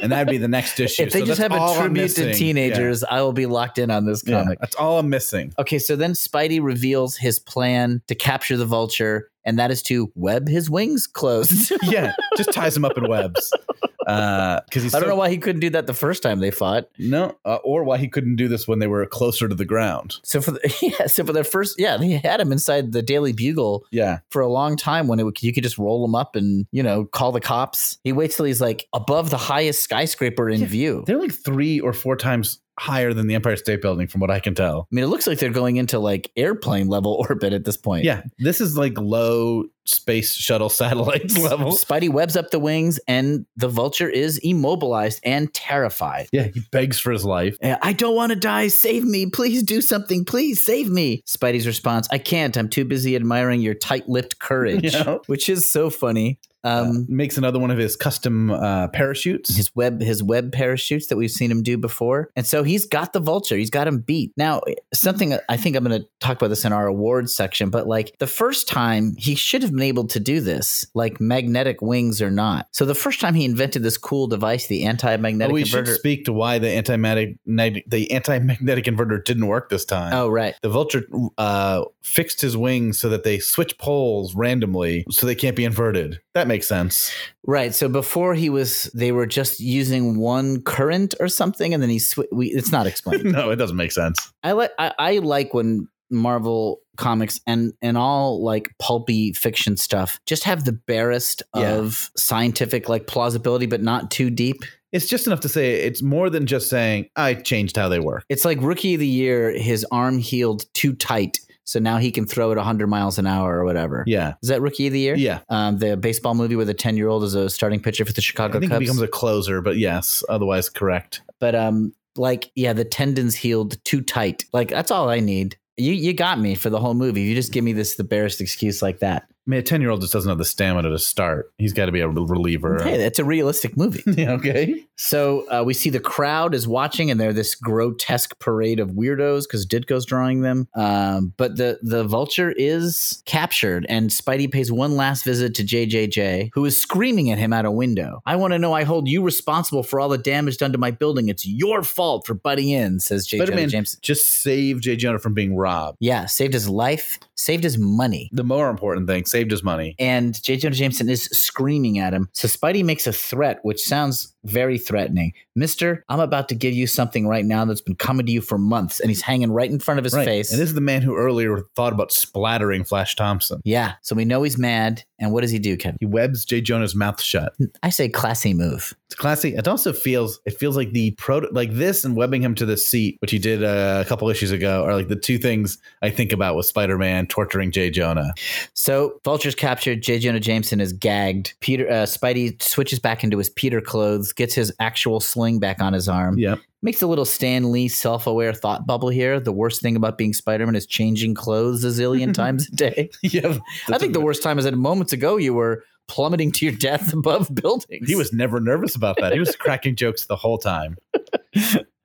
Speaker 3: and that'd be the next issue.
Speaker 4: If they
Speaker 3: So
Speaker 4: just
Speaker 3: that's
Speaker 4: have a
Speaker 3: all I'm
Speaker 4: tribute to
Speaker 3: missing.
Speaker 4: teenagers, I will be locked in on this
Speaker 3: Yeah. Yeah.
Speaker 4: comic.
Speaker 3: That's all I'm missing.
Speaker 4: Okay, so then Spidey reveals his plan to capture the vulture, and that is to web his wings closed.
Speaker 3: Yeah. Just ties him up in webs. Because he's
Speaker 4: I don't
Speaker 3: so-
Speaker 4: know why he couldn't do that the first time they fought.
Speaker 3: no, uh, or why he couldn't do this when they were closer to the ground.
Speaker 4: So for the, yeah, so for their first yeah, they had him inside the Daily Bugle
Speaker 3: Yeah,
Speaker 4: for a long time when it would, you could just roll him up and you know call the cops. He waits till he's like above the highest skyscraper in
Speaker 3: Yeah,
Speaker 4: view. I
Speaker 3: they're like three or four times higher than the Empire State Building, from what I can tell.
Speaker 4: mean, it looks like they're going into like airplane level orbit at this point.
Speaker 3: Yeah, this is like low space shuttle satellites level.
Speaker 4: Spidey webs up the wings, and the vulture is immobilized and terrified.
Speaker 3: Yeah, he begs for his life.
Speaker 4: Uh, I don't want to die. Save me. Please do something. Please save me. Spidey's response I can't. I'm too busy admiring your tight lipped courage,
Speaker 3: Yeah.
Speaker 4: which is so funny.
Speaker 3: Um,
Speaker 4: Um,
Speaker 3: makes another one of his custom uh, parachutes.
Speaker 4: his web his web parachutes that we've seen him do before and so he's got the vulture he's got him beat now something i think i'm going to talk about this in our awards section but like the first time he should have been able to do this like magnetic wings or not so the first time he invented this cool device the
Speaker 3: Oh,
Speaker 4: anti-magnetic
Speaker 3: we
Speaker 4: converter
Speaker 3: should speak to why the anti-magnetic the anti-magnetic inverter didn't work this time.
Speaker 4: oh right
Speaker 3: The vulture uh, fixed his wings so that they switch poles randomly, so they can't be inverted. That makes sense.
Speaker 4: right so before he was they were just using one current or something and then he sw- we, it's not explained
Speaker 3: no, it doesn't make sense.
Speaker 4: I like I, I like when Marvel comics and and all like pulpy fiction stuff just have the barest
Speaker 3: Yeah.
Speaker 4: of scientific like plausibility, but not too deep.
Speaker 3: It's just enough to say it's more than just saying I changed how they work.
Speaker 4: It's like Rookie of the Year, his arm healed too tight, so now he can throw it 100 miles an hour or whatever.
Speaker 3: Yeah,
Speaker 4: Is that Rookie of the Year?
Speaker 3: yeah.
Speaker 4: Um, the baseball movie where the 10 year old is a starting pitcher for the
Speaker 3: I
Speaker 4: Chicago
Speaker 3: think it
Speaker 4: Cubs.
Speaker 3: becomes a closer, but yes, otherwise correct.
Speaker 4: but um, like, yeah, the tendons healed too tight. Like, that's all I need. You you got me for the whole movie. You just give me this the barest excuse like that.
Speaker 3: I mean, a 10 year old just doesn't have the stamina to start. He's got to be a reliever.
Speaker 4: Hey, that's a realistic movie.
Speaker 3: Yeah, okay.
Speaker 4: So uh, we see the crowd is watching, and they're this grotesque parade of weirdos because Ditko's drawing them. Um, but the the vulture is captured, and Spidey pays one last visit to JJJ, who is screaming at him out a window. I want to know. I hold you responsible for all the damage done to my building. It's your fault for butting in, says JJ
Speaker 3: Spider Man
Speaker 4: James.
Speaker 3: just saved Jay Jonah from being robbed.
Speaker 4: Yeah, saved his life, saved his money.
Speaker 3: The more important thing, saved his money.
Speaker 4: and J. Jonah Jameson is screaming at him. So Spidey makes a threat, which sounds very threatening. Mister, I'm about to give you something right now that's been coming to you for months, and he's hanging right in front of his
Speaker 3: Right.
Speaker 4: face.
Speaker 3: And this is the man who earlier thought about splattering Flash Thompson.
Speaker 4: yeah, so we know he's mad. And what does he do, Kevin?
Speaker 3: He webs Jay Jonah's mouth shut.
Speaker 4: I say classy move.
Speaker 3: It's classy. It also feels it feels like the proto like this and webbing him to the seat, which he did uh, a couple issues ago, are like the two things I think about with Spider Man torturing Jay Jonah.
Speaker 4: So Vulture's captured. J. Jonah Jameson is gagged. Peter uh, Spidey switches back into his Peter clothes, gets his actual sling back on his arm.
Speaker 3: Yeah,
Speaker 4: Makes a little Stan Lee self-aware thought bubble here. The worst thing about being Spider-Man is changing clothes a zillion times a day.
Speaker 3: yeah.
Speaker 4: I think the worst time is that moments ago you were plummeting to your death above buildings.
Speaker 3: He was never nervous about that. He was cracking jokes the whole time.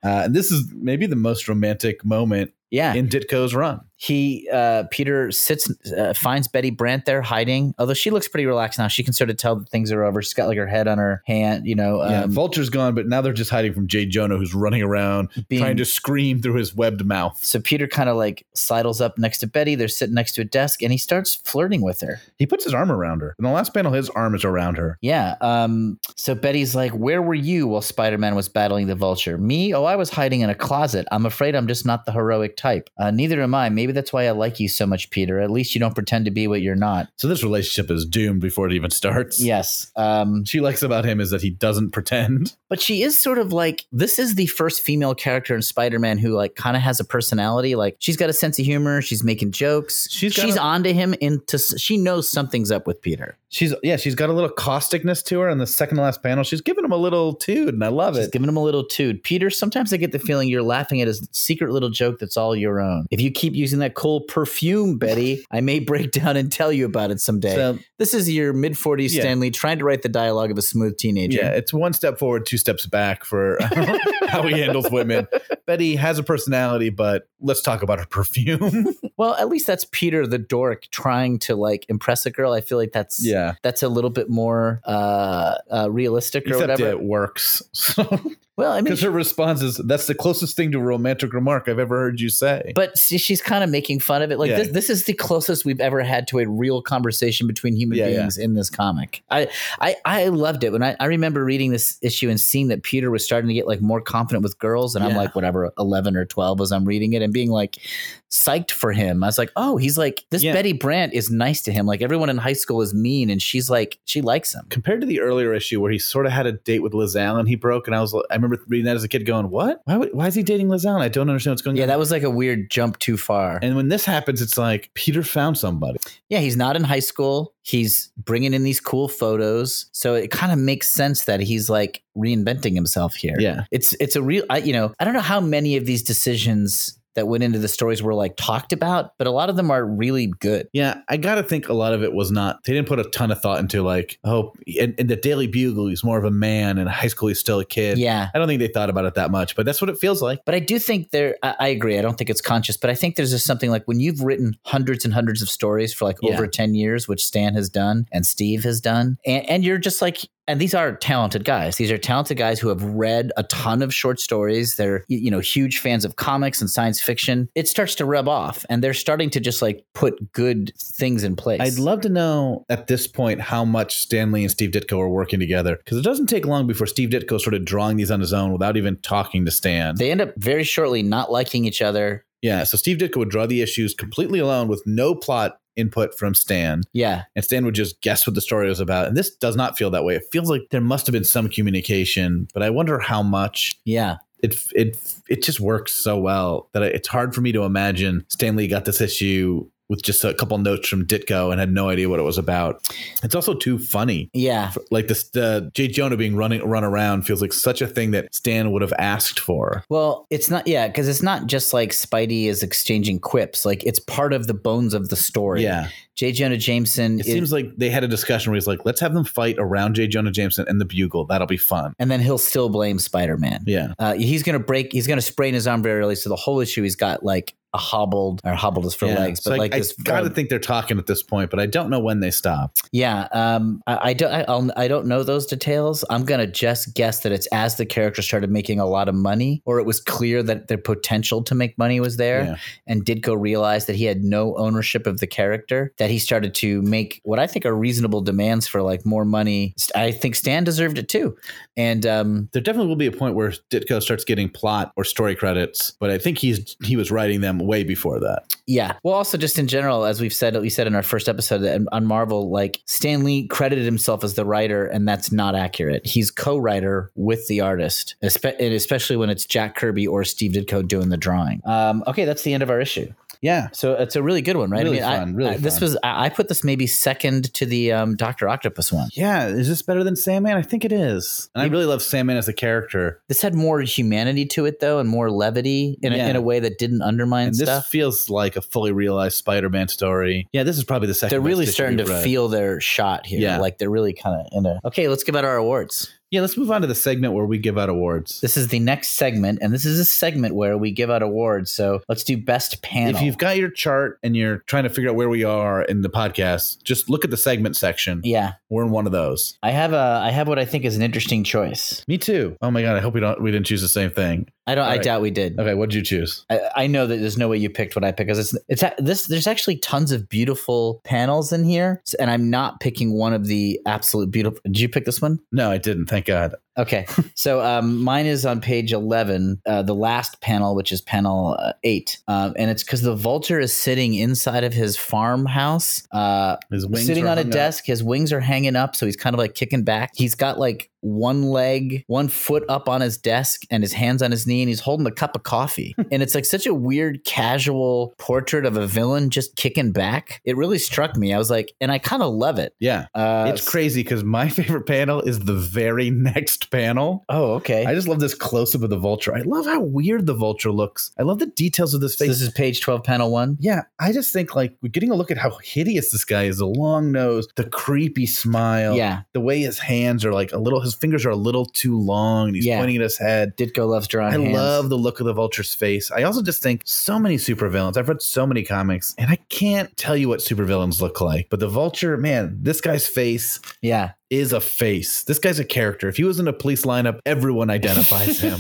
Speaker 3: Uh, and this is maybe the most romantic moment
Speaker 4: yeah.
Speaker 3: in Ditko's run.
Speaker 4: he uh, Peter sits uh, finds Betty Brant there hiding. Although she looks pretty relaxed now, she can sort of tell that things are over. She's got like her head on her hand, you know,
Speaker 3: yeah,
Speaker 4: um,
Speaker 3: Vulture's gone, but now they're just hiding from Jay Jonah, who's running around
Speaker 4: being-
Speaker 3: trying to scream through his webbed mouth.
Speaker 4: So Peter kind of like sidles up next to Betty. They're sitting next to a desk, and he starts flirting with her.
Speaker 3: He puts his arm around her. In the last panel, his arm is around her.
Speaker 4: Yeah. Um, so Betty's like, Where were you while Spider Man was battling the vulture? Me? Oh, I was hiding in a closet. I'm afraid I'm just not the heroic type. Uh, neither am I. Maybe that's why I like you so much, Peter. At least you don't pretend to be what you're not.
Speaker 3: So this relationship is doomed before it even starts.
Speaker 4: Yes. Um,
Speaker 3: She likes about him is that he doesn't pretend.
Speaker 4: but she is sort of like, this is the first female character in Spider Man who, like, kind of has a personality. Like, she's got a sense of humor. She's making jokes.
Speaker 3: She's got
Speaker 4: she's
Speaker 3: a-
Speaker 4: onto him. Into, she knows something's up with Peter.
Speaker 3: She's yeah, she's got a little causticness to her. In the second to last panel, she's giving him a little toot, and I love
Speaker 4: Just
Speaker 3: it.
Speaker 4: giving him a little toot. Peter, sometimes I get the feeling you're laughing at his secret little joke that's all your own. If you keep using that cool perfume, Betty, I may break down and tell you about it someday.
Speaker 3: So
Speaker 4: this is your mid 40s
Speaker 3: Yeah.
Speaker 4: Stanley trying to write the dialogue of a smooth teenager.
Speaker 3: yeah, it's one step forward, two steps back for how he handles women. Betty has a personality, but let's talk about her perfume.
Speaker 4: Well, at least that's Peter the dork trying to like impress a girl. I feel like that's
Speaker 3: yeah,
Speaker 4: that's a little bit more uh, uh, realistic or
Speaker 3: except
Speaker 4: whatever.
Speaker 3: it works. So
Speaker 4: Well, I mean,
Speaker 3: Because her response is, "That's the closest thing to a romantic remark I've ever heard you say."
Speaker 4: but she- she's kind of making fun of it. Like
Speaker 3: Yeah.
Speaker 4: this, this is the closest we've ever had to a real conversation between human
Speaker 3: Yeah, yeah.
Speaker 4: beings in this comic. I, I, I loved it when I, I remember reading this issue and seeing that Peter was starting to get like more confident with girls, and I'm
Speaker 3: Yeah.
Speaker 4: like whatever, eleven or twelve as I'm reading it, and being like psyched for him. I was like, oh, he's like this
Speaker 3: Yeah.
Speaker 4: Betty Brant is nice to him. Like everyone in high school is mean, and she's like she likes him.
Speaker 3: Compared to the earlier issue where he sort of had a date with Liz Allen, he broke, and I was, I remember reading that as a kid, going, "What? Why? Would, why is he dating Liz Allen? I don't understand what's going
Speaker 4: Yeah,
Speaker 3: on."
Speaker 4: that was like a weird jump too far.
Speaker 3: and when this happens, it's like Peter found somebody.
Speaker 4: Yeah, he's not in high school. He's bringing in these cool photos, so it kind of makes sense that he's like reinventing himself here.
Speaker 3: Yeah,
Speaker 4: it's it's a real. I, you know, I don't know how many of these decisions that went into the stories were like talked about, but a lot of them are really good.
Speaker 3: yeah. I gotta think a lot of it was not. They didn't put a ton of thought into like, oh, in, in the Daily Bugle, he's more of a man, and in high school, he's still a kid.
Speaker 4: Yeah.
Speaker 3: I don't think they thought about it that much, but that's what it feels like.
Speaker 4: But I do think there, I, I agree. I don't think it's conscious, but I think there's just something like when you've written hundreds and hundreds of stories for like
Speaker 3: Yeah.
Speaker 4: over 10 years, which Stan has done and Steve has done, and, and you're just like, and these are talented guys. These are talented guys who have read a ton of short stories. They're, you you know, huge fans of comics and science fiction. It starts to rub off and they're starting to just like put good things in place.
Speaker 3: I'd love to know at this point how much Stanley and Steve Ditko are working together because it doesn't take long before Steve Ditko started drawing these on his own without even talking to Stan.
Speaker 4: They end up very shortly not liking each other.
Speaker 3: yeah, so Steve Ditko would draw the issues completely alone with no plot input from Stan,
Speaker 4: Yeah.
Speaker 3: and Stan would just guess what the story was about. And this does not feel that way. It feels like there must have been some communication, but I wonder how much.
Speaker 4: Yeah.
Speaker 3: It it it just works so well that I, it's hard for me to imagine Stanley got this issue with just a couple notes from Ditko and had no idea what it was about. It's also too funny.
Speaker 4: Yeah.
Speaker 3: Like this, the Jay Jonah being running run around feels like such a thing that Stan would have asked for.
Speaker 4: Well, it's not, yeah, because it's not just like Spidey is exchanging quips. Like it's part of the bones of the story.
Speaker 3: Yeah,
Speaker 4: J. Jonah Jameson.
Speaker 3: it
Speaker 4: is-
Speaker 3: seems like they had a discussion where he's like, "Let's have them fight around Jay Jonah Jameson and the Bugle. That'll be fun."
Speaker 4: and then he'll still blame Spider Man.
Speaker 3: Yeah,
Speaker 4: Uh, he's gonna break. He's gonna sprain his arm very early. So the whole issue, he's got like a hobbled or hobbled is for
Speaker 3: Yeah.
Speaker 4: legs, but
Speaker 3: So I-
Speaker 4: like
Speaker 3: I,
Speaker 4: this.
Speaker 3: gotta
Speaker 4: um,
Speaker 3: think they're talking at this point, but I don't know when they stop.
Speaker 4: yeah, um, I, I don't. I, I'll, I don't know those details. I'm gonna just guess that it's as the character started making a lot of money, or it was clear that their potential to make money was there,
Speaker 3: Yeah.
Speaker 4: and Ditko realized that he had no ownership of the character. That he started to make what I think are reasonable demands for like more money. I think Stan deserved it too, and um,
Speaker 3: There definitely will be a point where Ditko starts getting plot or story credits, but I think he's he was writing them way before that.
Speaker 4: Yeah. Well, also just in general, as we've said, we said in our first episode that on Marvel, like Stan Lee credited himself as the writer, and that's not accurate. He's co-writer with the artist, espe- and especially when it's Jack Kirby or Steve Ditko doing the drawing. Um, okay, that's the end of our issue.
Speaker 3: Yeah,
Speaker 4: So it's a really good one, right?
Speaker 3: Really fun, really
Speaker 4: This
Speaker 3: fun.
Speaker 4: was I, I put this maybe second to the um, Doctor Octopus one.
Speaker 3: yeah. Is this better than Sandman? I think it is, and I really love Sandman as a character.
Speaker 4: This had more humanity to it though, and more levity in,
Speaker 3: Yeah.
Speaker 4: a, in a way that didn't undermine
Speaker 3: And this
Speaker 4: stuff.
Speaker 3: feels like a fully realized Spider-Man story. Yeah, this is probably the second.
Speaker 4: They're
Speaker 3: best
Speaker 4: really
Speaker 3: issue
Speaker 4: starting
Speaker 3: we've
Speaker 4: to
Speaker 3: read.
Speaker 4: feel their shot here.
Speaker 3: Yeah.
Speaker 4: Like they're really kind of in a. Okay, let's give out our awards.
Speaker 3: Yeah, let's move on to the segment where we give out awards.
Speaker 4: This is the next segment, and this is a segment where we give out awards. So let's do best panel.
Speaker 3: If you've got your chart and you're trying to figure out where we are in the podcast, just look at the segment section.
Speaker 4: yeah,
Speaker 3: We're in one of those.
Speaker 4: I have a I have what I think is an interesting choice.
Speaker 3: Me too. Oh my god, I hope we don't we didn't choose the same thing.
Speaker 4: I don't.
Speaker 3: All
Speaker 4: I
Speaker 3: right.
Speaker 4: doubt we did.
Speaker 3: Okay, what did you choose?
Speaker 4: I, I know that there's no way you picked what I picked because it's it's a- this. There's actually tons of beautiful panels in here, s- and I'm not picking one of the absolute beautiful. Did you pick this one?
Speaker 3: No, I didn't. Thank God.
Speaker 4: Okay, so um, mine is on page eleven, uh, the last panel, which is panel uh, eight, um, and it's because the vulture is sitting inside of his farmhouse, uh,
Speaker 3: His wings
Speaker 4: sitting
Speaker 3: are
Speaker 4: on a
Speaker 3: hung up.
Speaker 4: desk. His wings are hanging up, so he's kind of like kicking back. He's got like one leg, one foot up on his desk, and his hands on his knee, and he's holding a cup of coffee. and it's like such a weird, casual portrait of a villain just kicking back. It really struck me. I was like, and I kind of love it.
Speaker 3: Yeah.
Speaker 4: Uh,
Speaker 3: it's crazy because my favorite panel is the very next panel.
Speaker 4: Oh, okay.
Speaker 3: I just love this close up of the vulture. I love how weird the vulture looks. I love the details of this
Speaker 4: So
Speaker 3: face.
Speaker 4: this is page twelve, panel one.
Speaker 3: yeah, I just think like we're getting a look at how hideous this guy is the long nose, the creepy smile,
Speaker 4: Yeah,
Speaker 3: the way his hands are like a little, his fingers are a little too long and he's
Speaker 4: Yeah.
Speaker 3: pointing at his head.
Speaker 4: Ditko loves drawing.
Speaker 3: I
Speaker 4: hands.
Speaker 3: love the look of the vulture's face. I also just think so many supervillains. I've read so many comics, and I can't tell you what supervillains look like. But the vulture, man, this guy's face
Speaker 4: Yeah.
Speaker 3: is a face. This guy's a character. If he was in a police lineup, everyone identifies him.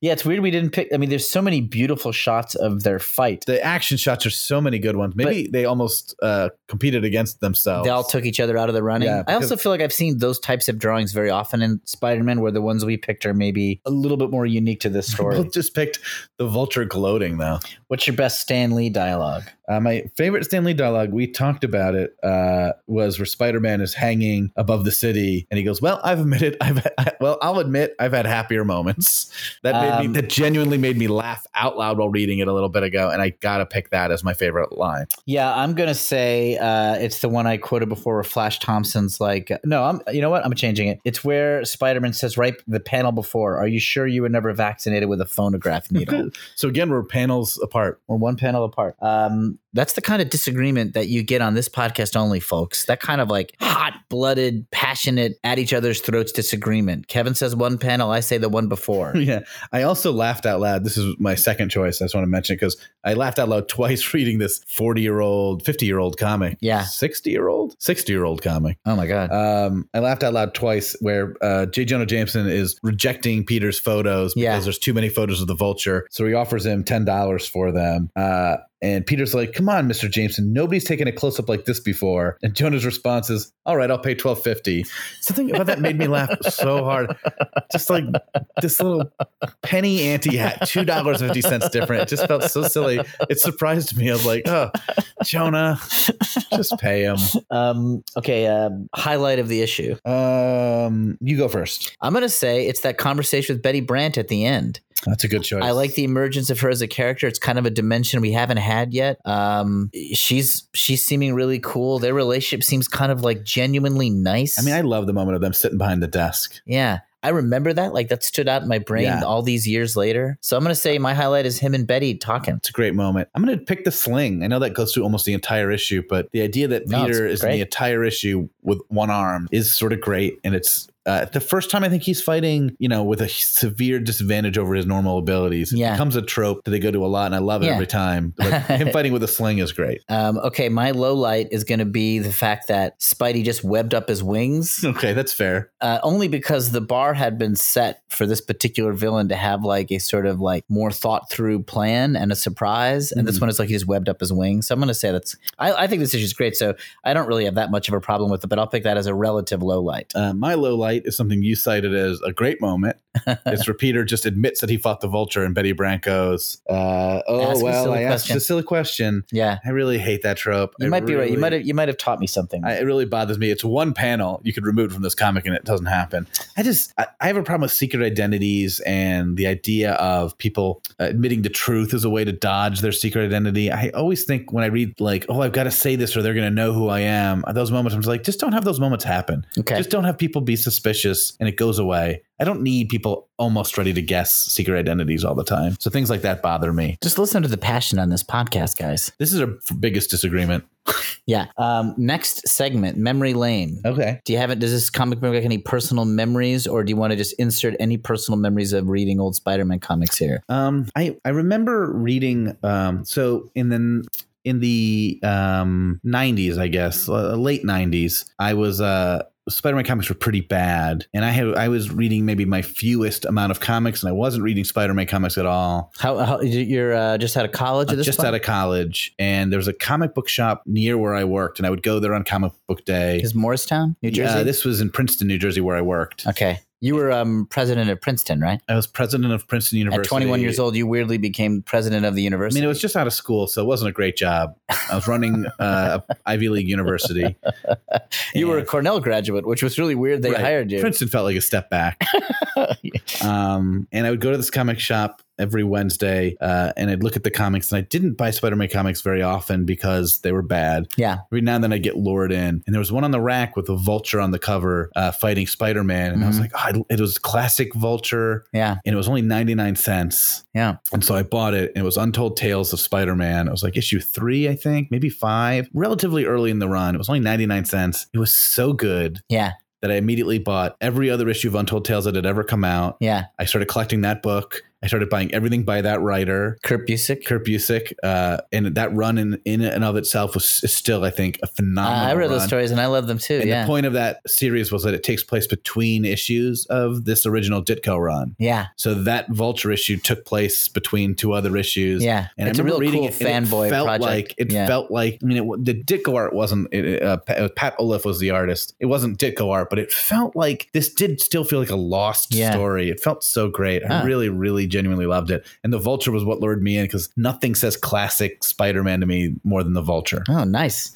Speaker 4: yeah, it's weird we didn't pick. I mean, there's so many beautiful shots of their fight.
Speaker 3: the action shots are so many good ones. Maybe they almost uh, competed against themselves.
Speaker 4: They all took each other out of the running.
Speaker 3: Yeah,
Speaker 4: I
Speaker 3: because-
Speaker 4: also feel like I've seen those types of drawings very often in Spider Man, where the ones we picked are maybe a little bit more unique to this
Speaker 3: People
Speaker 4: story.
Speaker 3: just picked the vulture gloating though.
Speaker 4: What's your best Stan Lee dialogue?
Speaker 3: Uh, my favorite Stanley dialogue, we talked about it, uh, was where Spider Man is hanging above the city, and he goes, "Well, I've admitted, I've I, well, I'll admit, I've had happier moments." That made
Speaker 4: Um,
Speaker 3: me, that genuinely made me laugh out loud while reading it a little bit ago, and I gotta pick that as my favorite line.
Speaker 4: Yeah, I'm gonna say uh, it's the one I quoted before, where Flash Thompson's like, "No, I'm. You know what? I'm changing it. It's where Spider Man says right the panel before. Are you sure you were never vaccinated with a phonograph needle?"
Speaker 3: So again, we're panels apart.
Speaker 4: We're one panel apart. Um, that's the kind of disagreement that you get on this podcast only, folks. That kind of like hot blooded, passionate, at each other's throats disagreement. Kevin says one panel, I say the one before.
Speaker 3: Yeah, I also laughed out loud. This is my second choice. I just want to mention because I laughed out loud twice reading this forty-year-old, fifty-year-old comic.
Speaker 4: Yeah.
Speaker 3: sixty-year-old, sixty-year-old comic.
Speaker 4: oh my God.
Speaker 3: Um, I laughed out loud twice where uh, J. Jonah Jameson is rejecting Peter's photos because
Speaker 4: Yeah.
Speaker 3: there's too many photos of the vulture. So he offers him $10 for them. Uh, and Peter's like, come on, Mr. Jameson, nobody's taken a close up like this before. And Jonah's response is, all right, I'll pay twelve fifty. Something about that made me laugh so hard. Just like this little penny ante hat, $2.50 different. It just felt so silly. It surprised me. I was like, oh, Jonah, just pay him.
Speaker 4: Um, okay. Um, highlight of the issue.
Speaker 3: Um, you go first.
Speaker 4: I'm going to say it's that conversation with Betty Brandt at the end.
Speaker 3: That's a good choice.
Speaker 4: I like the emergence of her as a character. It's kind of a dimension we haven't had yet. Um, she's she's seeming really cool. Their relationship seems kind of like genuinely nice.
Speaker 3: I mean, I love the moment of them sitting behind the desk.
Speaker 4: yeah, I remember that. Like that stood out in my brain
Speaker 3: Yeah.
Speaker 4: all these years later. So I'm gonna say my highlight is him and Betty talking.
Speaker 3: It's a great moment. I'm going to pick the sling. I know that goes through almost the entire issue, but the idea that
Speaker 4: No, it's
Speaker 3: Peter is in
Speaker 4: great.
Speaker 3: the entire issue with one arm is sort of great. And it's uh, the first time I think he's fighting, you know, with a severe disadvantage over his normal abilities. It
Speaker 4: Yeah.
Speaker 3: becomes a trope that they go to a lot, and I love it
Speaker 4: Yeah.
Speaker 3: every time. But him fighting with a sling is great.
Speaker 4: Um, okay, my low light is gonna be the fact that Spidey just webbed up his wings.
Speaker 3: Okay, that's fair.
Speaker 4: uh, only because the bar had been set for this particular villain to have like a sort of like more thought through plan and a surprise. And this
Speaker 3: Mhm.
Speaker 4: one is like he just webbed up his wings. So I'm going to say that's, I, I think this issue is great. So I don't really have that much of a problem with it, but I'll pick that as a relative low light.
Speaker 3: Uh, my low light is something you cited as a great moment. it's where Peter just admits that he fought the vulture in Betty Branco's. Uh, oh,
Speaker 4: Ask a
Speaker 3: well,
Speaker 4: silly
Speaker 3: I asked
Speaker 4: question.
Speaker 3: a silly question.
Speaker 4: Yeah.
Speaker 3: I really hate that trope.
Speaker 4: You
Speaker 3: I
Speaker 4: might be right. You
Speaker 3: really-
Speaker 4: might have you might have taught me something.
Speaker 3: I, it really bothers me. It's one panel you could remove from this comic, and it doesn't happen. I just I, I have a problem with secret identities and the idea of people uh, admitting the truth as a way to dodge their secret identity. I always think when I read like, oh, I've got to say this or they're going to know who I am. At those moments, I'm just like, just don't have those moments happen.
Speaker 4: okay.
Speaker 3: Just don't have people be suspicious, and it goes away. I don't need people almost ready to guess secret identities all the time. So things like that bother me.
Speaker 4: just listen to the passion on this podcast, guys.
Speaker 3: This is our biggest disagreement.
Speaker 4: Yeah. Um, next segment, memory lane. Uh,
Speaker 3: Okay.
Speaker 4: Do you have it? Does this comic book have any personal memories, or do you want to just insert any personal memories of reading old Spider-Man comics here?
Speaker 3: Um, I I remember reading. Um, so in the in the um 90s, I guess uh, late 90s, I was uh. Spider-Man comics were pretty bad, and I had I was reading maybe my fewest amount of comics, and I wasn't reading Spider-Man comics at all.
Speaker 4: How, how you- you're uh, just out of college? At this
Speaker 3: just
Speaker 4: point?
Speaker 3: out of college, and there was a comic book shop near where I worked, and I would go there on comic book day.
Speaker 4: is Morristown, New Jersey.
Speaker 3: Yeah, this was in Princeton, New Jersey, where I worked.
Speaker 4: okay, you were um, president of Princeton, right?
Speaker 3: I was president of Princeton University
Speaker 4: At 21 years old, you weirdly became president of the
Speaker 3: I
Speaker 4: university.
Speaker 3: mean, it was just out of school, so it wasn't a great job. I was running uh, a Ivy League university.
Speaker 4: you were a
Speaker 3: and-
Speaker 4: Cornell graduate, which was really weird. They
Speaker 3: Right.
Speaker 4: hired you.
Speaker 3: Princeton felt like a step back. Um, and I would go to this comic shop every Wednesday, uh, and I'd look at the comics. And I didn't buy Spider-Man comics very often because they were bad.
Speaker 4: yeah,
Speaker 3: Every now and then I get lured in, and there was one on the rack with a vulture on the cover uh, fighting Spider-Man, and I was
Speaker 4: Mhm.
Speaker 3: like, oh, I- it was classic vulture,
Speaker 4: yeah,
Speaker 3: and it was only ninety-nine cents.
Speaker 4: yeah.
Speaker 3: And so I bought it, and it was Untold Tales of Spider Man. It was like issue three, I think, maybe five, relatively early in the run. It was only 99 cents. It was so good
Speaker 4: Yeah,
Speaker 3: that I immediately bought every other issue of Untold Tales that had ever come out.
Speaker 4: yeah.
Speaker 3: I started collecting that book. I started buying everything by that writer,
Speaker 4: Kurt Busick.
Speaker 3: Kurt Busick. Uh, and that run in, in and of itself was is still, I think, a
Speaker 4: Uh,
Speaker 3: phenomenal.
Speaker 4: I read
Speaker 3: run.
Speaker 4: those stories and I love them too.
Speaker 3: And
Speaker 4: yeah,
Speaker 3: the point of that series was that it takes place between issues of this original Ditko run.
Speaker 4: yeah,
Speaker 3: So that Vulture issue took place between two other issues.
Speaker 4: yeah.
Speaker 3: And
Speaker 4: it's
Speaker 3: I
Speaker 4: a
Speaker 3: remember
Speaker 4: real
Speaker 3: reading
Speaker 4: cool
Speaker 3: it, and
Speaker 4: fanboy
Speaker 3: it felt
Speaker 4: project.
Speaker 3: Like it
Speaker 4: yeah.
Speaker 3: felt like I mean, it, wa- the Ditko art wasn't. It, uh, Pat, it was Pat Olaf was the artist. It wasn't Ditko art, but it felt like this did still feel like a lost
Speaker 4: Yeah.
Speaker 3: story. It felt so great. I
Speaker 4: Huh.
Speaker 3: really, really, genuinely loved it. And the Vulture was what lured me in because nothing says classic Spider-Man to me more than the Vulture.
Speaker 4: oh, nice.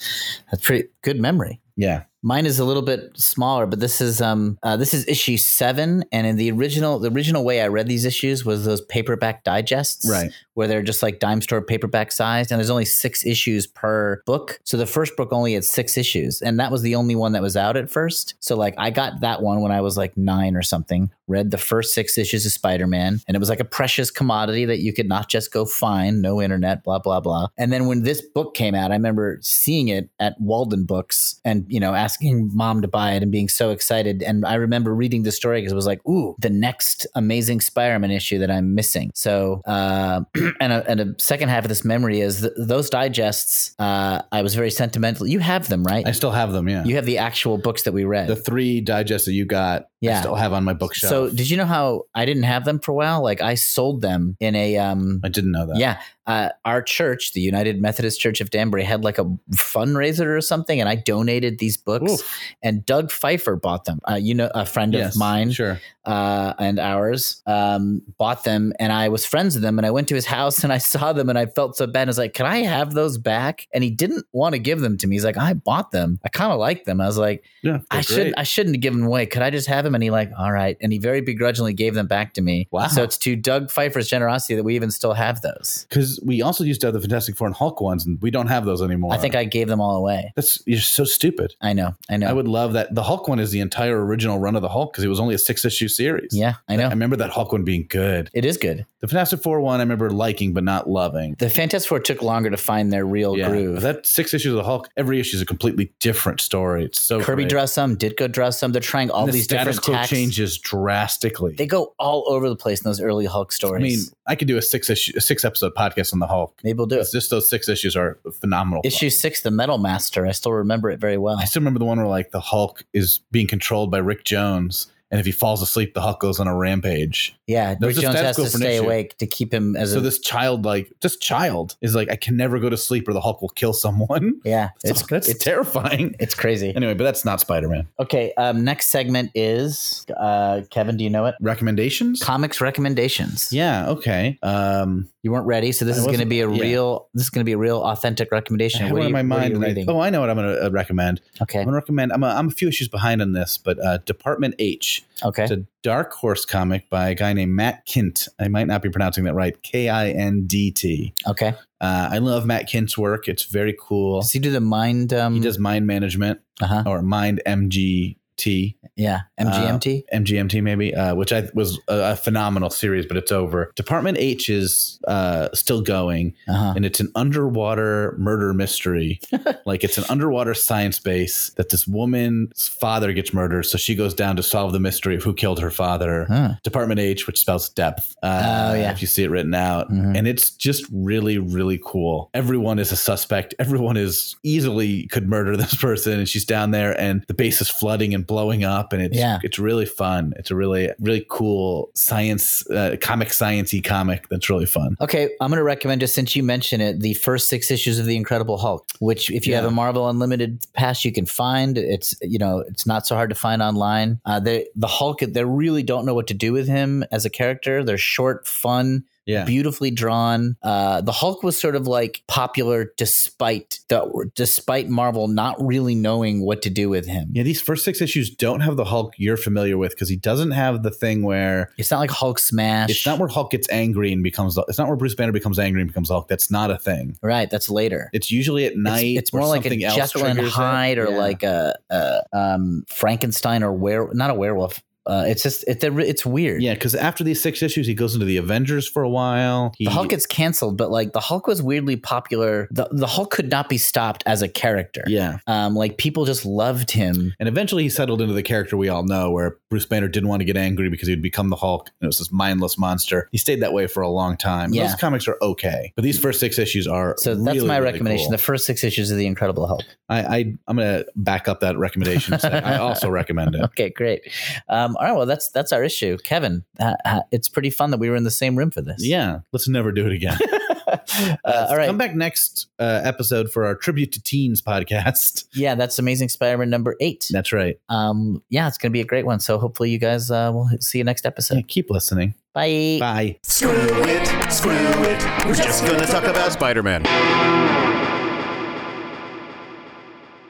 Speaker 4: That's pretty good memory.
Speaker 3: Yeah,
Speaker 4: Mine is a little bit smaller, but this is um uh, this is issue seven, and in the original the original way I read these issues was those paperback digests,
Speaker 3: right.
Speaker 4: Where they're just like dime store paperback sized, and there's only six issues per book. So the first book only had six issues, and that was the only one that was out at first. So like I got that one when I was like nine or something. Read the first six issues of Spider Man, and it was like a precious commodity that you could not just go find, no internet, blah blah blah. And then when this book came out, I remember seeing it at Walden Books and, you know, asking mom to buy it and being so excited. And I remember reading the story because it was like, ooh, the next amazing Spider Man issue that I'm missing. So, uh, and, a, and a second half of this memory is th- those digests, uh, I was very sentimental. You have them, right?
Speaker 3: I still have them. Yeah,
Speaker 4: you have the actual books that we read.
Speaker 3: the three digests that you got, I
Speaker 4: Yeah.
Speaker 3: still have on my bookshelf.
Speaker 4: so, did you know how I didn't have them for a while? Like, I sold them in a. Um,
Speaker 3: I didn't know that.
Speaker 4: Yeah. Uh, our church, the United Methodist Church of Danbury, had like a fundraiser or something, and I donated these books books, and Doug Pfeiffer bought them. Uh, you know, a friend
Speaker 3: Yes,
Speaker 4: of mine
Speaker 3: Sure.
Speaker 4: uh, and ours um, bought them, and I was friends with them. And I went to his house and I saw them, and I felt so bad. I was like, "Can I have those back?" And he didn't want to give them to me. He's like, "I bought them. I kind of like them." I was like,
Speaker 3: Yeah.
Speaker 4: I
Speaker 3: they're
Speaker 4: shouldn't.
Speaker 3: great.
Speaker 4: I shouldn't have given them away. Could I just have him? And he like, all right. And he very begrudgingly gave them back to me.
Speaker 3: Wow.
Speaker 4: So it's to Doug Pfeiffer's generosity that we even still have those.
Speaker 3: because we also used to have the Fantastic Four and Hulk ones, and we don't have those anymore.
Speaker 4: I think I gave them all away.
Speaker 3: that's you're so stupid.
Speaker 4: I know. I know.
Speaker 3: I would love that. The Hulk one is the entire original run of the Hulk because it was only a six issue series.
Speaker 4: yeah, I know.
Speaker 3: I remember that Hulk one being good.
Speaker 4: it is good.
Speaker 3: The Fantastic Four one I remember liking but not loving.
Speaker 4: The Fantastic Four took longer to find their real
Speaker 3: yeah,
Speaker 4: groove.
Speaker 3: but that six issues of the Hulk, every issue is a completely different story. It's so
Speaker 4: Kirby
Speaker 3: great.
Speaker 4: draws some. Ditko draws some. They're trying all
Speaker 3: And the
Speaker 4: these
Speaker 3: status
Speaker 4: different
Speaker 3: quo
Speaker 4: tacks.
Speaker 3: changes drastically.
Speaker 4: They go all over the place in those early Hulk
Speaker 3: I
Speaker 4: stories.
Speaker 3: mean, I could do a six issue, a six episode podcast on the Hulk.
Speaker 4: maybe we'll do it.
Speaker 3: It's just those six issues are phenomenal.
Speaker 4: Issue six, the Metal Master. I still remember it very well.
Speaker 3: I still remember the one where like the Hulk is being controlled by Rick Jones, and if he falls asleep, the Hulk goes on a rampage.
Speaker 4: Yeah,
Speaker 3: Those
Speaker 4: Rick
Speaker 3: are
Speaker 4: Jones
Speaker 3: status
Speaker 4: has
Speaker 3: quo
Speaker 4: to
Speaker 3: for an
Speaker 4: stay
Speaker 3: issue.
Speaker 4: awake to keep him as
Speaker 3: so
Speaker 4: a.
Speaker 3: this child, like this child, is like, I can never go to sleep, or the Hulk will kill someone.
Speaker 4: yeah,
Speaker 3: It's
Speaker 4: it's
Speaker 3: that's
Speaker 4: it's,
Speaker 3: terrifying.
Speaker 4: it's crazy.
Speaker 3: Anyway, but that's not Spider Man
Speaker 4: Okay, um, next segment is uh, Kevin. Do you know it?
Speaker 3: recommendations.
Speaker 4: Comics recommendations.
Speaker 3: yeah, okay. Um,
Speaker 4: you weren't ready, so this
Speaker 3: I
Speaker 4: is going to
Speaker 3: wasn't-
Speaker 4: be a
Speaker 3: yeah.
Speaker 4: real. This is going to be a real authentic
Speaker 3: I
Speaker 4: recommendation.
Speaker 3: had
Speaker 4: What
Speaker 3: one in
Speaker 4: are you-
Speaker 3: my
Speaker 4: what are
Speaker 3: mind.
Speaker 4: you
Speaker 3: and I-
Speaker 4: reading?
Speaker 3: oh, I know what I'm going to uh, recommend. I'm
Speaker 4: okay,
Speaker 3: going to recommend. I'm a, I'm a few issues behind on this, but uh, Department H.
Speaker 4: okay.
Speaker 3: It's a Dark Horse comic by a guy named Matt Kint. I might not be pronouncing that right. K I N D T.
Speaker 4: Okay.
Speaker 3: Uh, I love Matt Kint's work. It's very cool.
Speaker 4: Does he do the mind? Um,
Speaker 3: He does mind management
Speaker 4: Uh huh.
Speaker 3: or mind MGT,
Speaker 4: Yeah. MGMT.
Speaker 3: MGMT maybe, uh, which I was a, a phenomenal series, but it's over. Department H is uh, still going,
Speaker 4: Uh huh.
Speaker 3: and it's an underwater murder mystery. like it's an underwater science base that this woman's father gets murdered, so she goes down to solve the mystery of who killed her father.
Speaker 4: Huh.
Speaker 3: Department H, which spells depth. Uh,
Speaker 4: Oh, yeah.
Speaker 3: If you see it written out.
Speaker 4: Mhm.
Speaker 3: And it's just really, really cool. Everyone is a suspect. Everyone is easily could murder this person. And she's down there and the base is flooding and blowing up. And it's,
Speaker 4: Yeah.
Speaker 3: it's really fun. It's a really, really cool science, uh, comic sciencey comic that's really fun.
Speaker 4: Okay, I'm going to recommend just since you mentioned it, the first six issues of the Incredible Hulk, which if you
Speaker 3: Yeah.
Speaker 4: have a Marvel Unlimited pass, you can find. It's you know it's not so hard to find online. Uh, they, the Hulk, they really don't know what to do with him as a character. They're short, fun,
Speaker 3: Yeah.
Speaker 4: beautifully drawn. Uh, the Hulk was sort of like popular despite the despite Marvel not really knowing what to do with him.
Speaker 3: Yeah, these first six issues don't have the Hulk you're familiar with because he doesn't have the thing where
Speaker 4: It's not like Hulk smash.
Speaker 3: it's not where Hulk gets angry and becomes. It's not where Bruce Banner becomes angry and becomes Hulk. That's not a thing.
Speaker 4: right. That's later.
Speaker 3: It's usually at
Speaker 4: It's-
Speaker 3: night.
Speaker 4: It's, more
Speaker 3: or
Speaker 4: like a
Speaker 3: something else
Speaker 4: Jekyll and
Speaker 3: triggers it.
Speaker 4: Hyde, or
Speaker 3: Yeah.
Speaker 4: like a, a um, Frankenstein, or were not a werewolf. Uh, it's just it, they're re- it's weird.
Speaker 3: Yeah, because after these six issues, he goes into the Avengers for a while. He,
Speaker 4: The Hulk gets canceled, but like the Hulk was weirdly popular. The, the Hulk could not be stopped as a character.
Speaker 3: yeah,
Speaker 4: Um, like people just loved him.
Speaker 3: and eventually he settled into the character we all know, where Bruce Banner didn't want to get angry because he'd become the Hulk, and it was this mindless monster. He stayed that way for a long time.
Speaker 4: Yeah.
Speaker 3: Those comics are okay, but these first six issues are.
Speaker 4: So that's
Speaker 3: really,
Speaker 4: my
Speaker 3: really
Speaker 4: recommendation.
Speaker 3: cool.
Speaker 4: The first six issues of the Incredible Hulk.
Speaker 3: I, I I'm gonna back up that recommendation. and say I also recommend it.
Speaker 4: Okay, great. Um, all right, well that's that's our issue, Kevin. Uh, uh, it's pretty fun that we were in the same room for this.
Speaker 3: Yeah, let's never do it again.
Speaker 4: Uh, all right.
Speaker 3: come back next uh, episode for our tribute to teens podcast.
Speaker 4: Yeah, that's Amazing Spider-Man number eight.
Speaker 3: That's right.
Speaker 4: um, yeah, it's going to be a great one. So hopefully you guys uh, will see you next
Speaker 3: Yeah,
Speaker 4: episode.
Speaker 3: keep listening.
Speaker 4: Bye.
Speaker 3: Bye.
Speaker 1: Screw it, screw it. We're just gonna talk about Spider Man.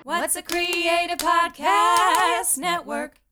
Speaker 2: What's a creative podcast network?